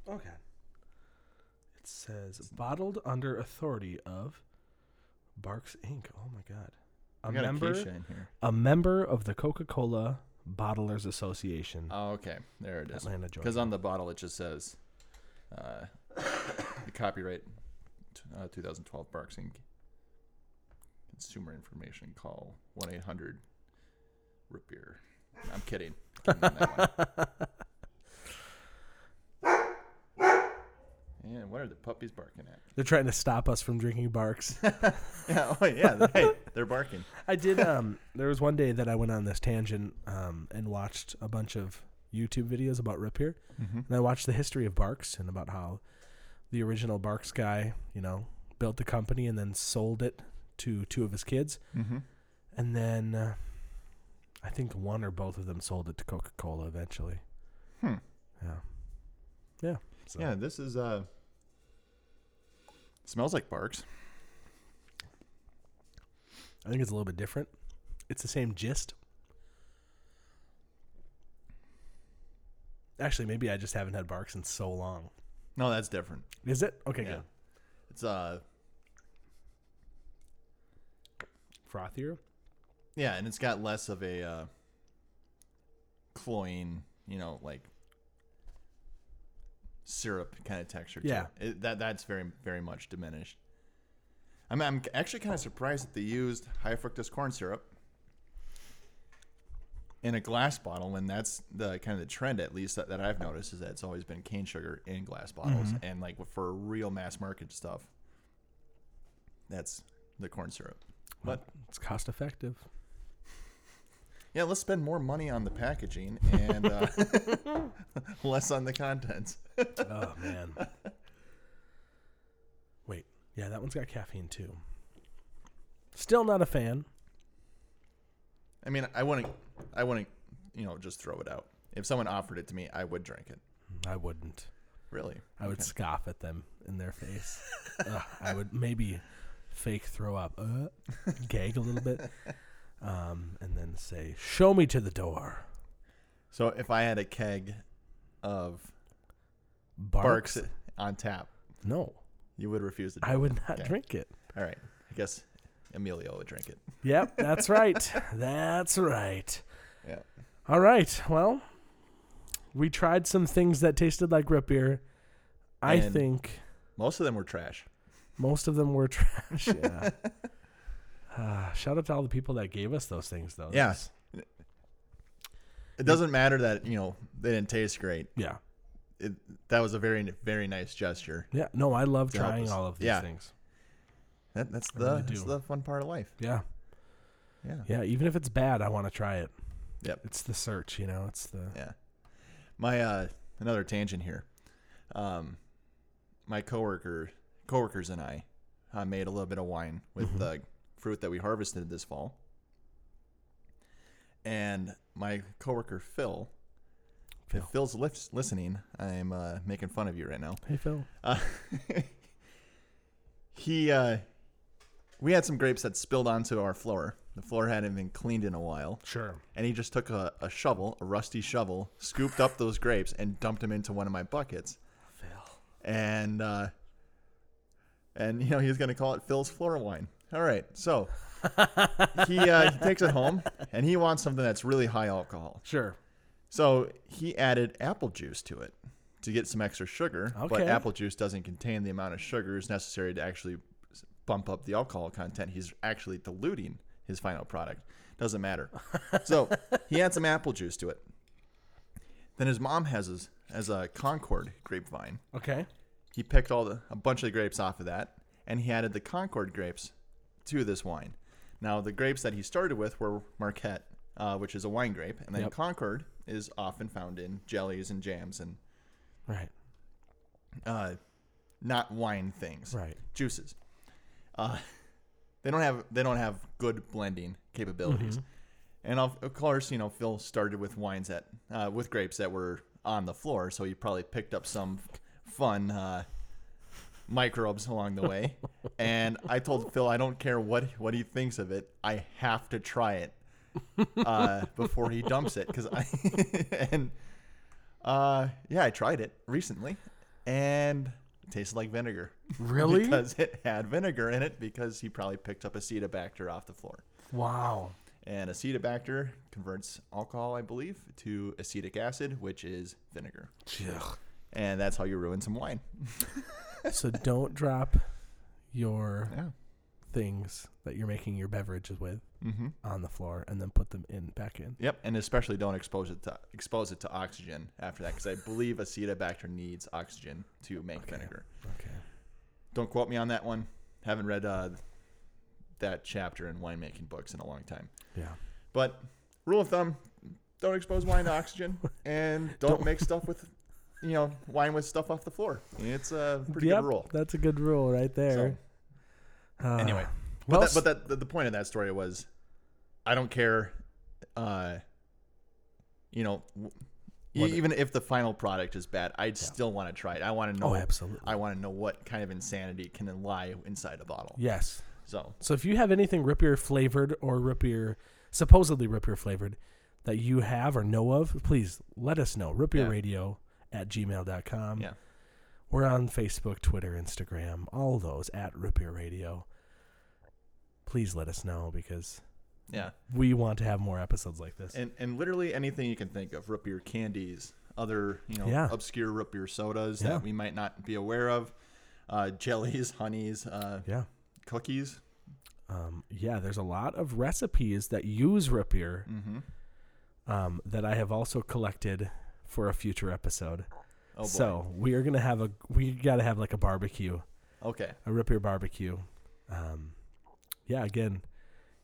[SPEAKER 1] Okay. It says bottled under authority of Barks Inc. Oh my god.
[SPEAKER 2] I
[SPEAKER 1] A
[SPEAKER 2] got
[SPEAKER 1] member,
[SPEAKER 2] a Keisha in here.
[SPEAKER 1] a member of the Coca Cola Bottlers Association,
[SPEAKER 2] Oh, okay. There it is.
[SPEAKER 1] Atlanta,
[SPEAKER 2] Because
[SPEAKER 1] Georgia.
[SPEAKER 2] on the bottle it just says, uh, [COUGHS] the copyright t- uh, 2012 Barks Inc. Consumer information call 1 800 root beer. I'm kidding. Give me that one. [LAUGHS] And what are the puppies barking at?
[SPEAKER 1] They're trying to stop us from drinking Barks.
[SPEAKER 2] [LAUGHS] Yeah, oh yeah, hey, they're barking.
[SPEAKER 1] I did. Um, there was one day that I went on this tangent um, and watched a bunch of YouTube videos about root beer,
[SPEAKER 2] Mm-hmm,
[SPEAKER 1] and I watched the history of Barks and about how the original Barks guy, you know, built the company and then sold it to two of his kids,
[SPEAKER 2] Mm-hmm.
[SPEAKER 1] and then uh, I think one or both of them sold it to Coca Cola eventually.
[SPEAKER 2] Hmm.
[SPEAKER 1] Yeah. Yeah. So,
[SPEAKER 2] Yeah, this is uh smells like barks.
[SPEAKER 1] I think it's a little bit different. It's the same gist. Actually, maybe I just haven't had Barks in so long.
[SPEAKER 2] No, that's different.
[SPEAKER 1] Is it? Okay,
[SPEAKER 2] Yeah. It's uh
[SPEAKER 1] good. Frothier?
[SPEAKER 2] yeah, and it's got less of a uh cloying, you know, like syrup kind of texture. to
[SPEAKER 1] Yeah.
[SPEAKER 2] it. It- that that's very very much diminished. I'm I'm actually kind of surprised that they used high fructose corn syrup in a glass bottle, and that's the kind of the trend, at least that, that I've noticed, is that it's always been cane sugar in glass bottles, and like for real mass market stuff, that's the corn syrup. But
[SPEAKER 1] It's cost effective.
[SPEAKER 2] yeah, let's spend more money on the packaging
[SPEAKER 1] [LAUGHS]
[SPEAKER 2] and uh, [LAUGHS] less on the contents.
[SPEAKER 1] oh man. Wait, yeah, that one's got caffeine too. Still not a fan.
[SPEAKER 2] I mean, I wouldn't, I wouldn't, you know, just throw it out. If someone offered it to me, I would drink it.
[SPEAKER 1] I wouldn't.
[SPEAKER 2] Really,
[SPEAKER 1] I would scoff at them in their face. Ugh, I would maybe fake throw up, uh, gag a little bit, um, and then say, "Show me to the door."
[SPEAKER 2] So if I had a keg of
[SPEAKER 1] Barks.
[SPEAKER 2] Barks on tap,
[SPEAKER 1] No,
[SPEAKER 2] you would refuse to. Drink
[SPEAKER 1] I would not
[SPEAKER 2] Okay.
[SPEAKER 1] drink it.
[SPEAKER 2] it. All right, I guess Emilio would drink it.
[SPEAKER 1] Yep, that's right. that's right.
[SPEAKER 2] Yeah.
[SPEAKER 1] All right. Well, we tried some things that tasted like root beer. I
[SPEAKER 2] And-
[SPEAKER 1] think
[SPEAKER 2] Most of them were trash.
[SPEAKER 1] most of them were
[SPEAKER 2] [LAUGHS]
[SPEAKER 1] trash. Yeah. [SIGHS] Ah, shout out to all the people that gave us those things, though.
[SPEAKER 2] Yeah. It doesn't matter that you know they didn't taste great.
[SPEAKER 1] Yeah.
[SPEAKER 2] It, that was a very, very nice gesture.
[SPEAKER 1] Yeah. No, I love
[SPEAKER 2] To help
[SPEAKER 1] trying
[SPEAKER 2] us.
[SPEAKER 1] all of these
[SPEAKER 2] Yeah.
[SPEAKER 1] things.
[SPEAKER 2] That, that's
[SPEAKER 1] I
[SPEAKER 2] the
[SPEAKER 1] really
[SPEAKER 2] that's
[SPEAKER 1] do.
[SPEAKER 2] the fun part of life.
[SPEAKER 1] Yeah.
[SPEAKER 2] Yeah.
[SPEAKER 1] Yeah. Even if it's bad, I want to try it.
[SPEAKER 2] Yep.
[SPEAKER 1] It's the search, you know. It's the
[SPEAKER 2] Yeah. My uh another tangent here. Um my coworker coworkers and I uh, made a little bit of wine with the fruit that we harvested this fall. And my coworker Phil,
[SPEAKER 1] Phil.
[SPEAKER 2] if Phil's lis- listening, I'm uh, making fun of you right now.
[SPEAKER 1] Hey Phil.
[SPEAKER 2] Uh, [LAUGHS] he, uh, we had some grapes that spilled onto our floor. The floor hadn't been cleaned in a while
[SPEAKER 1] Sure.
[SPEAKER 2] and he just took a, a shovel, a rusty shovel, scooped up those grapes and dumped them into one of my buckets.
[SPEAKER 1] Phil.
[SPEAKER 2] And uh, and you know he's gonna call it Phil's floor wine. All right, so he uh, he takes it home and he wants something that's really high alcohol.
[SPEAKER 1] Sure.
[SPEAKER 2] So he added apple juice to it to get some extra sugar. But
[SPEAKER 1] Okay.
[SPEAKER 2] apple juice doesn't contain the amount of sugars necessary to actually s- bump up the alcohol content. He's actually diluting his final product. Doesn't matter. so he adds some apple juice to it. Then his mom has his as a Concord grapevine.
[SPEAKER 1] Okay.
[SPEAKER 2] He picked all the a bunch of the grapes off of that, and he added the Concord grapes to this wine. Now the grapes that he started with were Marquette, uh, which is a wine grape, and then
[SPEAKER 1] Yep.
[SPEAKER 2] Concord is often found in jellies and jams and
[SPEAKER 1] Right.
[SPEAKER 2] uh, not wine things,
[SPEAKER 1] Right.
[SPEAKER 2] juices. Uh, [LAUGHS] they don't have they don't have good blending capabilities,
[SPEAKER 1] Mm-hmm.
[SPEAKER 2] and of, of course you know Phil started with wines that uh, with grapes that were on the floor, so he probably picked up some fun uh, microbes along the way. and I told Phil I don't care what what he thinks of it, I have to try it uh, before he dumps it because I [LAUGHS] and uh, yeah I tried it recently and it tasted like vinegar. [LAUGHS]
[SPEAKER 1] Really?
[SPEAKER 2] Because it had vinegar in it because he probably picked up acetobacter off the floor.
[SPEAKER 1] Wow.
[SPEAKER 2] And acetobacter converts alcohol, I believe, to acetic acid, which is vinegar.
[SPEAKER 1] Ugh.
[SPEAKER 2] And that's how you ruin some wine.
[SPEAKER 1] so don't drop your
[SPEAKER 2] Yeah.
[SPEAKER 1] things that you're making your beverages with
[SPEAKER 2] Mm-hmm.
[SPEAKER 1] on the floor and then put them in back in.
[SPEAKER 2] Yep. And especially don't expose it to expose it to oxygen after that, because I believe acetobacter needs oxygen to make vinegar.
[SPEAKER 1] Okay.
[SPEAKER 2] Don't quote me on that one. Haven't read uh, that chapter in winemaking books in a long time.
[SPEAKER 1] Yeah.
[SPEAKER 2] But rule of thumb: don't expose wine to
[SPEAKER 1] [LAUGHS]
[SPEAKER 2] oxygen, and don't, make stuff with, you know, wine with stuff off the floor. It's a pretty
[SPEAKER 1] Yep,
[SPEAKER 2] good rule.
[SPEAKER 1] That's a good rule right there.
[SPEAKER 2] So,
[SPEAKER 1] Uh,
[SPEAKER 2] anyway,
[SPEAKER 1] well,
[SPEAKER 2] but that, but that the, the point of that story was, I don't care, uh, you know, w- e-
[SPEAKER 1] What it-
[SPEAKER 2] even if the final product is bad, I'd still want to try it. I want to know.
[SPEAKER 1] oh, absolutely.
[SPEAKER 2] I want to know what kind of insanity can lie inside a bottle.
[SPEAKER 1] yes.
[SPEAKER 2] So
[SPEAKER 1] So if you have anything root beer flavored or root beer, supposedly root beer flavored, that you have or know of, please let us know.
[SPEAKER 2] Yeah.
[SPEAKER 1] Rootbeerradio at gmail.com.
[SPEAKER 2] yeah,
[SPEAKER 1] We're on Facebook, Twitter, Instagram, all those at Root Beer Radio. Please let us know because
[SPEAKER 2] yeah.
[SPEAKER 1] we want to have more episodes like this.
[SPEAKER 2] and and literally anything you can think of root beer candies other you know
[SPEAKER 1] Yeah.
[SPEAKER 2] obscure root beer sodas
[SPEAKER 1] Yeah.
[SPEAKER 2] that we might not be aware of uh, jellies honeys uh,
[SPEAKER 1] yeah.
[SPEAKER 2] cookies
[SPEAKER 1] Um, yeah, there's a lot of recipes that use root beer
[SPEAKER 2] Mm-hmm.
[SPEAKER 1] um, that I have also collected for a future episode.
[SPEAKER 2] Oh boy.
[SPEAKER 1] So we are gonna have a we gotta have like a barbecue,
[SPEAKER 2] okay.
[SPEAKER 1] a rip your barbecue. Um, yeah, again,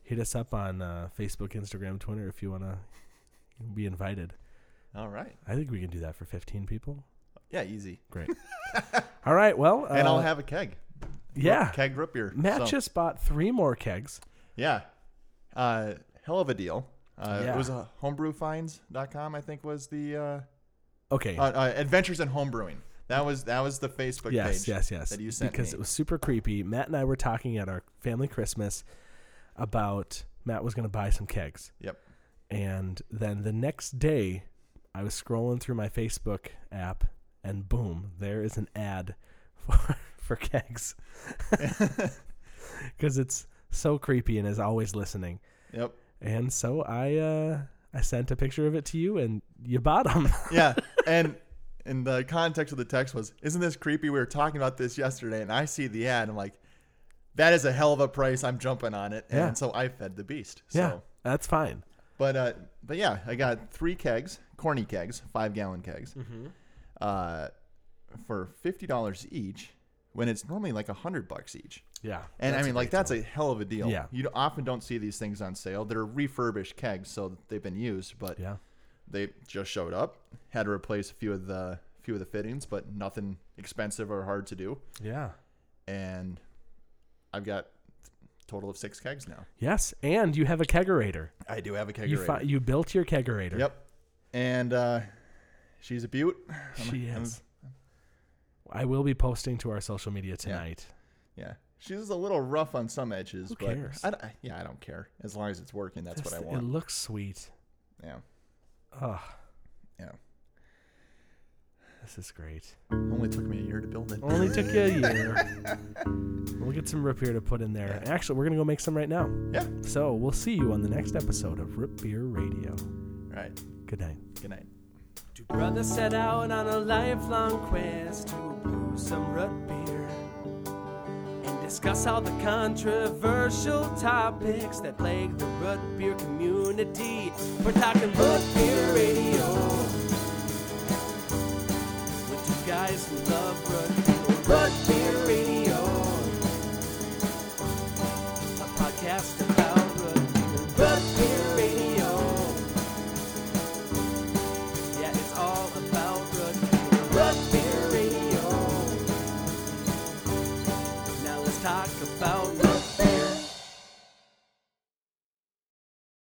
[SPEAKER 1] hit us up on uh, Facebook, Instagram, Twitter if you wanna be invited.
[SPEAKER 2] All right.
[SPEAKER 1] I think we can do that for 15 people.
[SPEAKER 2] Yeah, easy. [LAUGHS]
[SPEAKER 1] Great. All right. Well, uh,
[SPEAKER 2] And I'll have a keg.
[SPEAKER 1] yeah.
[SPEAKER 2] [LAUGHS] Keg root beer.
[SPEAKER 1] Matt
[SPEAKER 2] So,
[SPEAKER 1] just bought three more kegs.
[SPEAKER 2] yeah. Uh, hell of a deal. Uh,
[SPEAKER 1] Yeah.
[SPEAKER 2] It was uh, homebrewfinds.com, I think was the uh,
[SPEAKER 1] Okay.
[SPEAKER 2] uh, uh, Adventures in Homebrewing. That was that was the Facebook
[SPEAKER 1] yes,
[SPEAKER 2] page.
[SPEAKER 1] yes, yes.
[SPEAKER 2] That you sent
[SPEAKER 1] because
[SPEAKER 2] me.
[SPEAKER 1] it was super creepy. Matt and I were talking at our family Christmas about Matt was going to buy some kegs,
[SPEAKER 2] Yep.
[SPEAKER 1] and then the next day, I was scrolling through my Facebook app, and boom, there is an ad [LAUGHS] for for
[SPEAKER 2] [LAUGHS]
[SPEAKER 1] kegs [LAUGHS] because it's so creepy and is always listening.
[SPEAKER 2] Yep.
[SPEAKER 1] And so I uh, I sent a picture of it to you, and you bought [LAUGHS] them.
[SPEAKER 2] Yeah. [LAUGHS] And and the context of the text was, "Isn't this creepy? We were talking about this yesterday, and I see the ad. I'm like, that is a hell of a price. I'm jumping on it.
[SPEAKER 1] Yeah.
[SPEAKER 2] And so I fed the beast. So.
[SPEAKER 1] yeah, that's fine.
[SPEAKER 2] But uh, but yeah, I got three kegs, corny kegs, five gallon kegs, uh, for fifty dollars each. When it's normally like a hundred bucks each,
[SPEAKER 1] Yeah,
[SPEAKER 2] and
[SPEAKER 1] that's
[SPEAKER 2] I
[SPEAKER 1] a
[SPEAKER 2] mean like
[SPEAKER 1] great
[SPEAKER 2] that's a hell of a deal.
[SPEAKER 1] Yeah.
[SPEAKER 2] you often don't see these things on sale. They're refurbished kegs, so they've been used, but
[SPEAKER 1] deal. yeah.
[SPEAKER 2] they just showed up. Had to replace a few of the few of the fittings, but nothing expensive or hard to do.
[SPEAKER 1] Yeah.
[SPEAKER 2] And I've got total of six kegs now.
[SPEAKER 1] Yes, and you have a kegerator.
[SPEAKER 2] I do have a kegerator.
[SPEAKER 1] You fi- you built your kegerator.
[SPEAKER 2] Yep. And uh, she's a beaut.
[SPEAKER 1] she is. I will be posting to our social media tonight.
[SPEAKER 2] Yeah. She's a little rough on some edges,
[SPEAKER 1] Who
[SPEAKER 2] but
[SPEAKER 1] cares?
[SPEAKER 2] I, don't- I- yeah, I don't care as long as it's working. That's
[SPEAKER 1] This-
[SPEAKER 2] what I
[SPEAKER 1] It
[SPEAKER 2] want.
[SPEAKER 1] looks sweet.
[SPEAKER 2] yeah.
[SPEAKER 1] Ugh,
[SPEAKER 2] Yeah.
[SPEAKER 1] this is great.
[SPEAKER 2] Only took me a year to build it.
[SPEAKER 1] Only took you a year. we'll get some root beer to put in there.
[SPEAKER 2] Yeah.
[SPEAKER 1] Actually, we're gonna go make some right now.
[SPEAKER 2] [LAUGHS] Yeah.
[SPEAKER 1] So we'll see you on the next episode of Root Beer Radio.
[SPEAKER 2] Right.
[SPEAKER 1] Good night.
[SPEAKER 2] Good night.
[SPEAKER 1] Two brothers set out on a lifelong quest to brew some root beer and discuss all the controversial topics that plague the root beer community. We're talking root beer radio.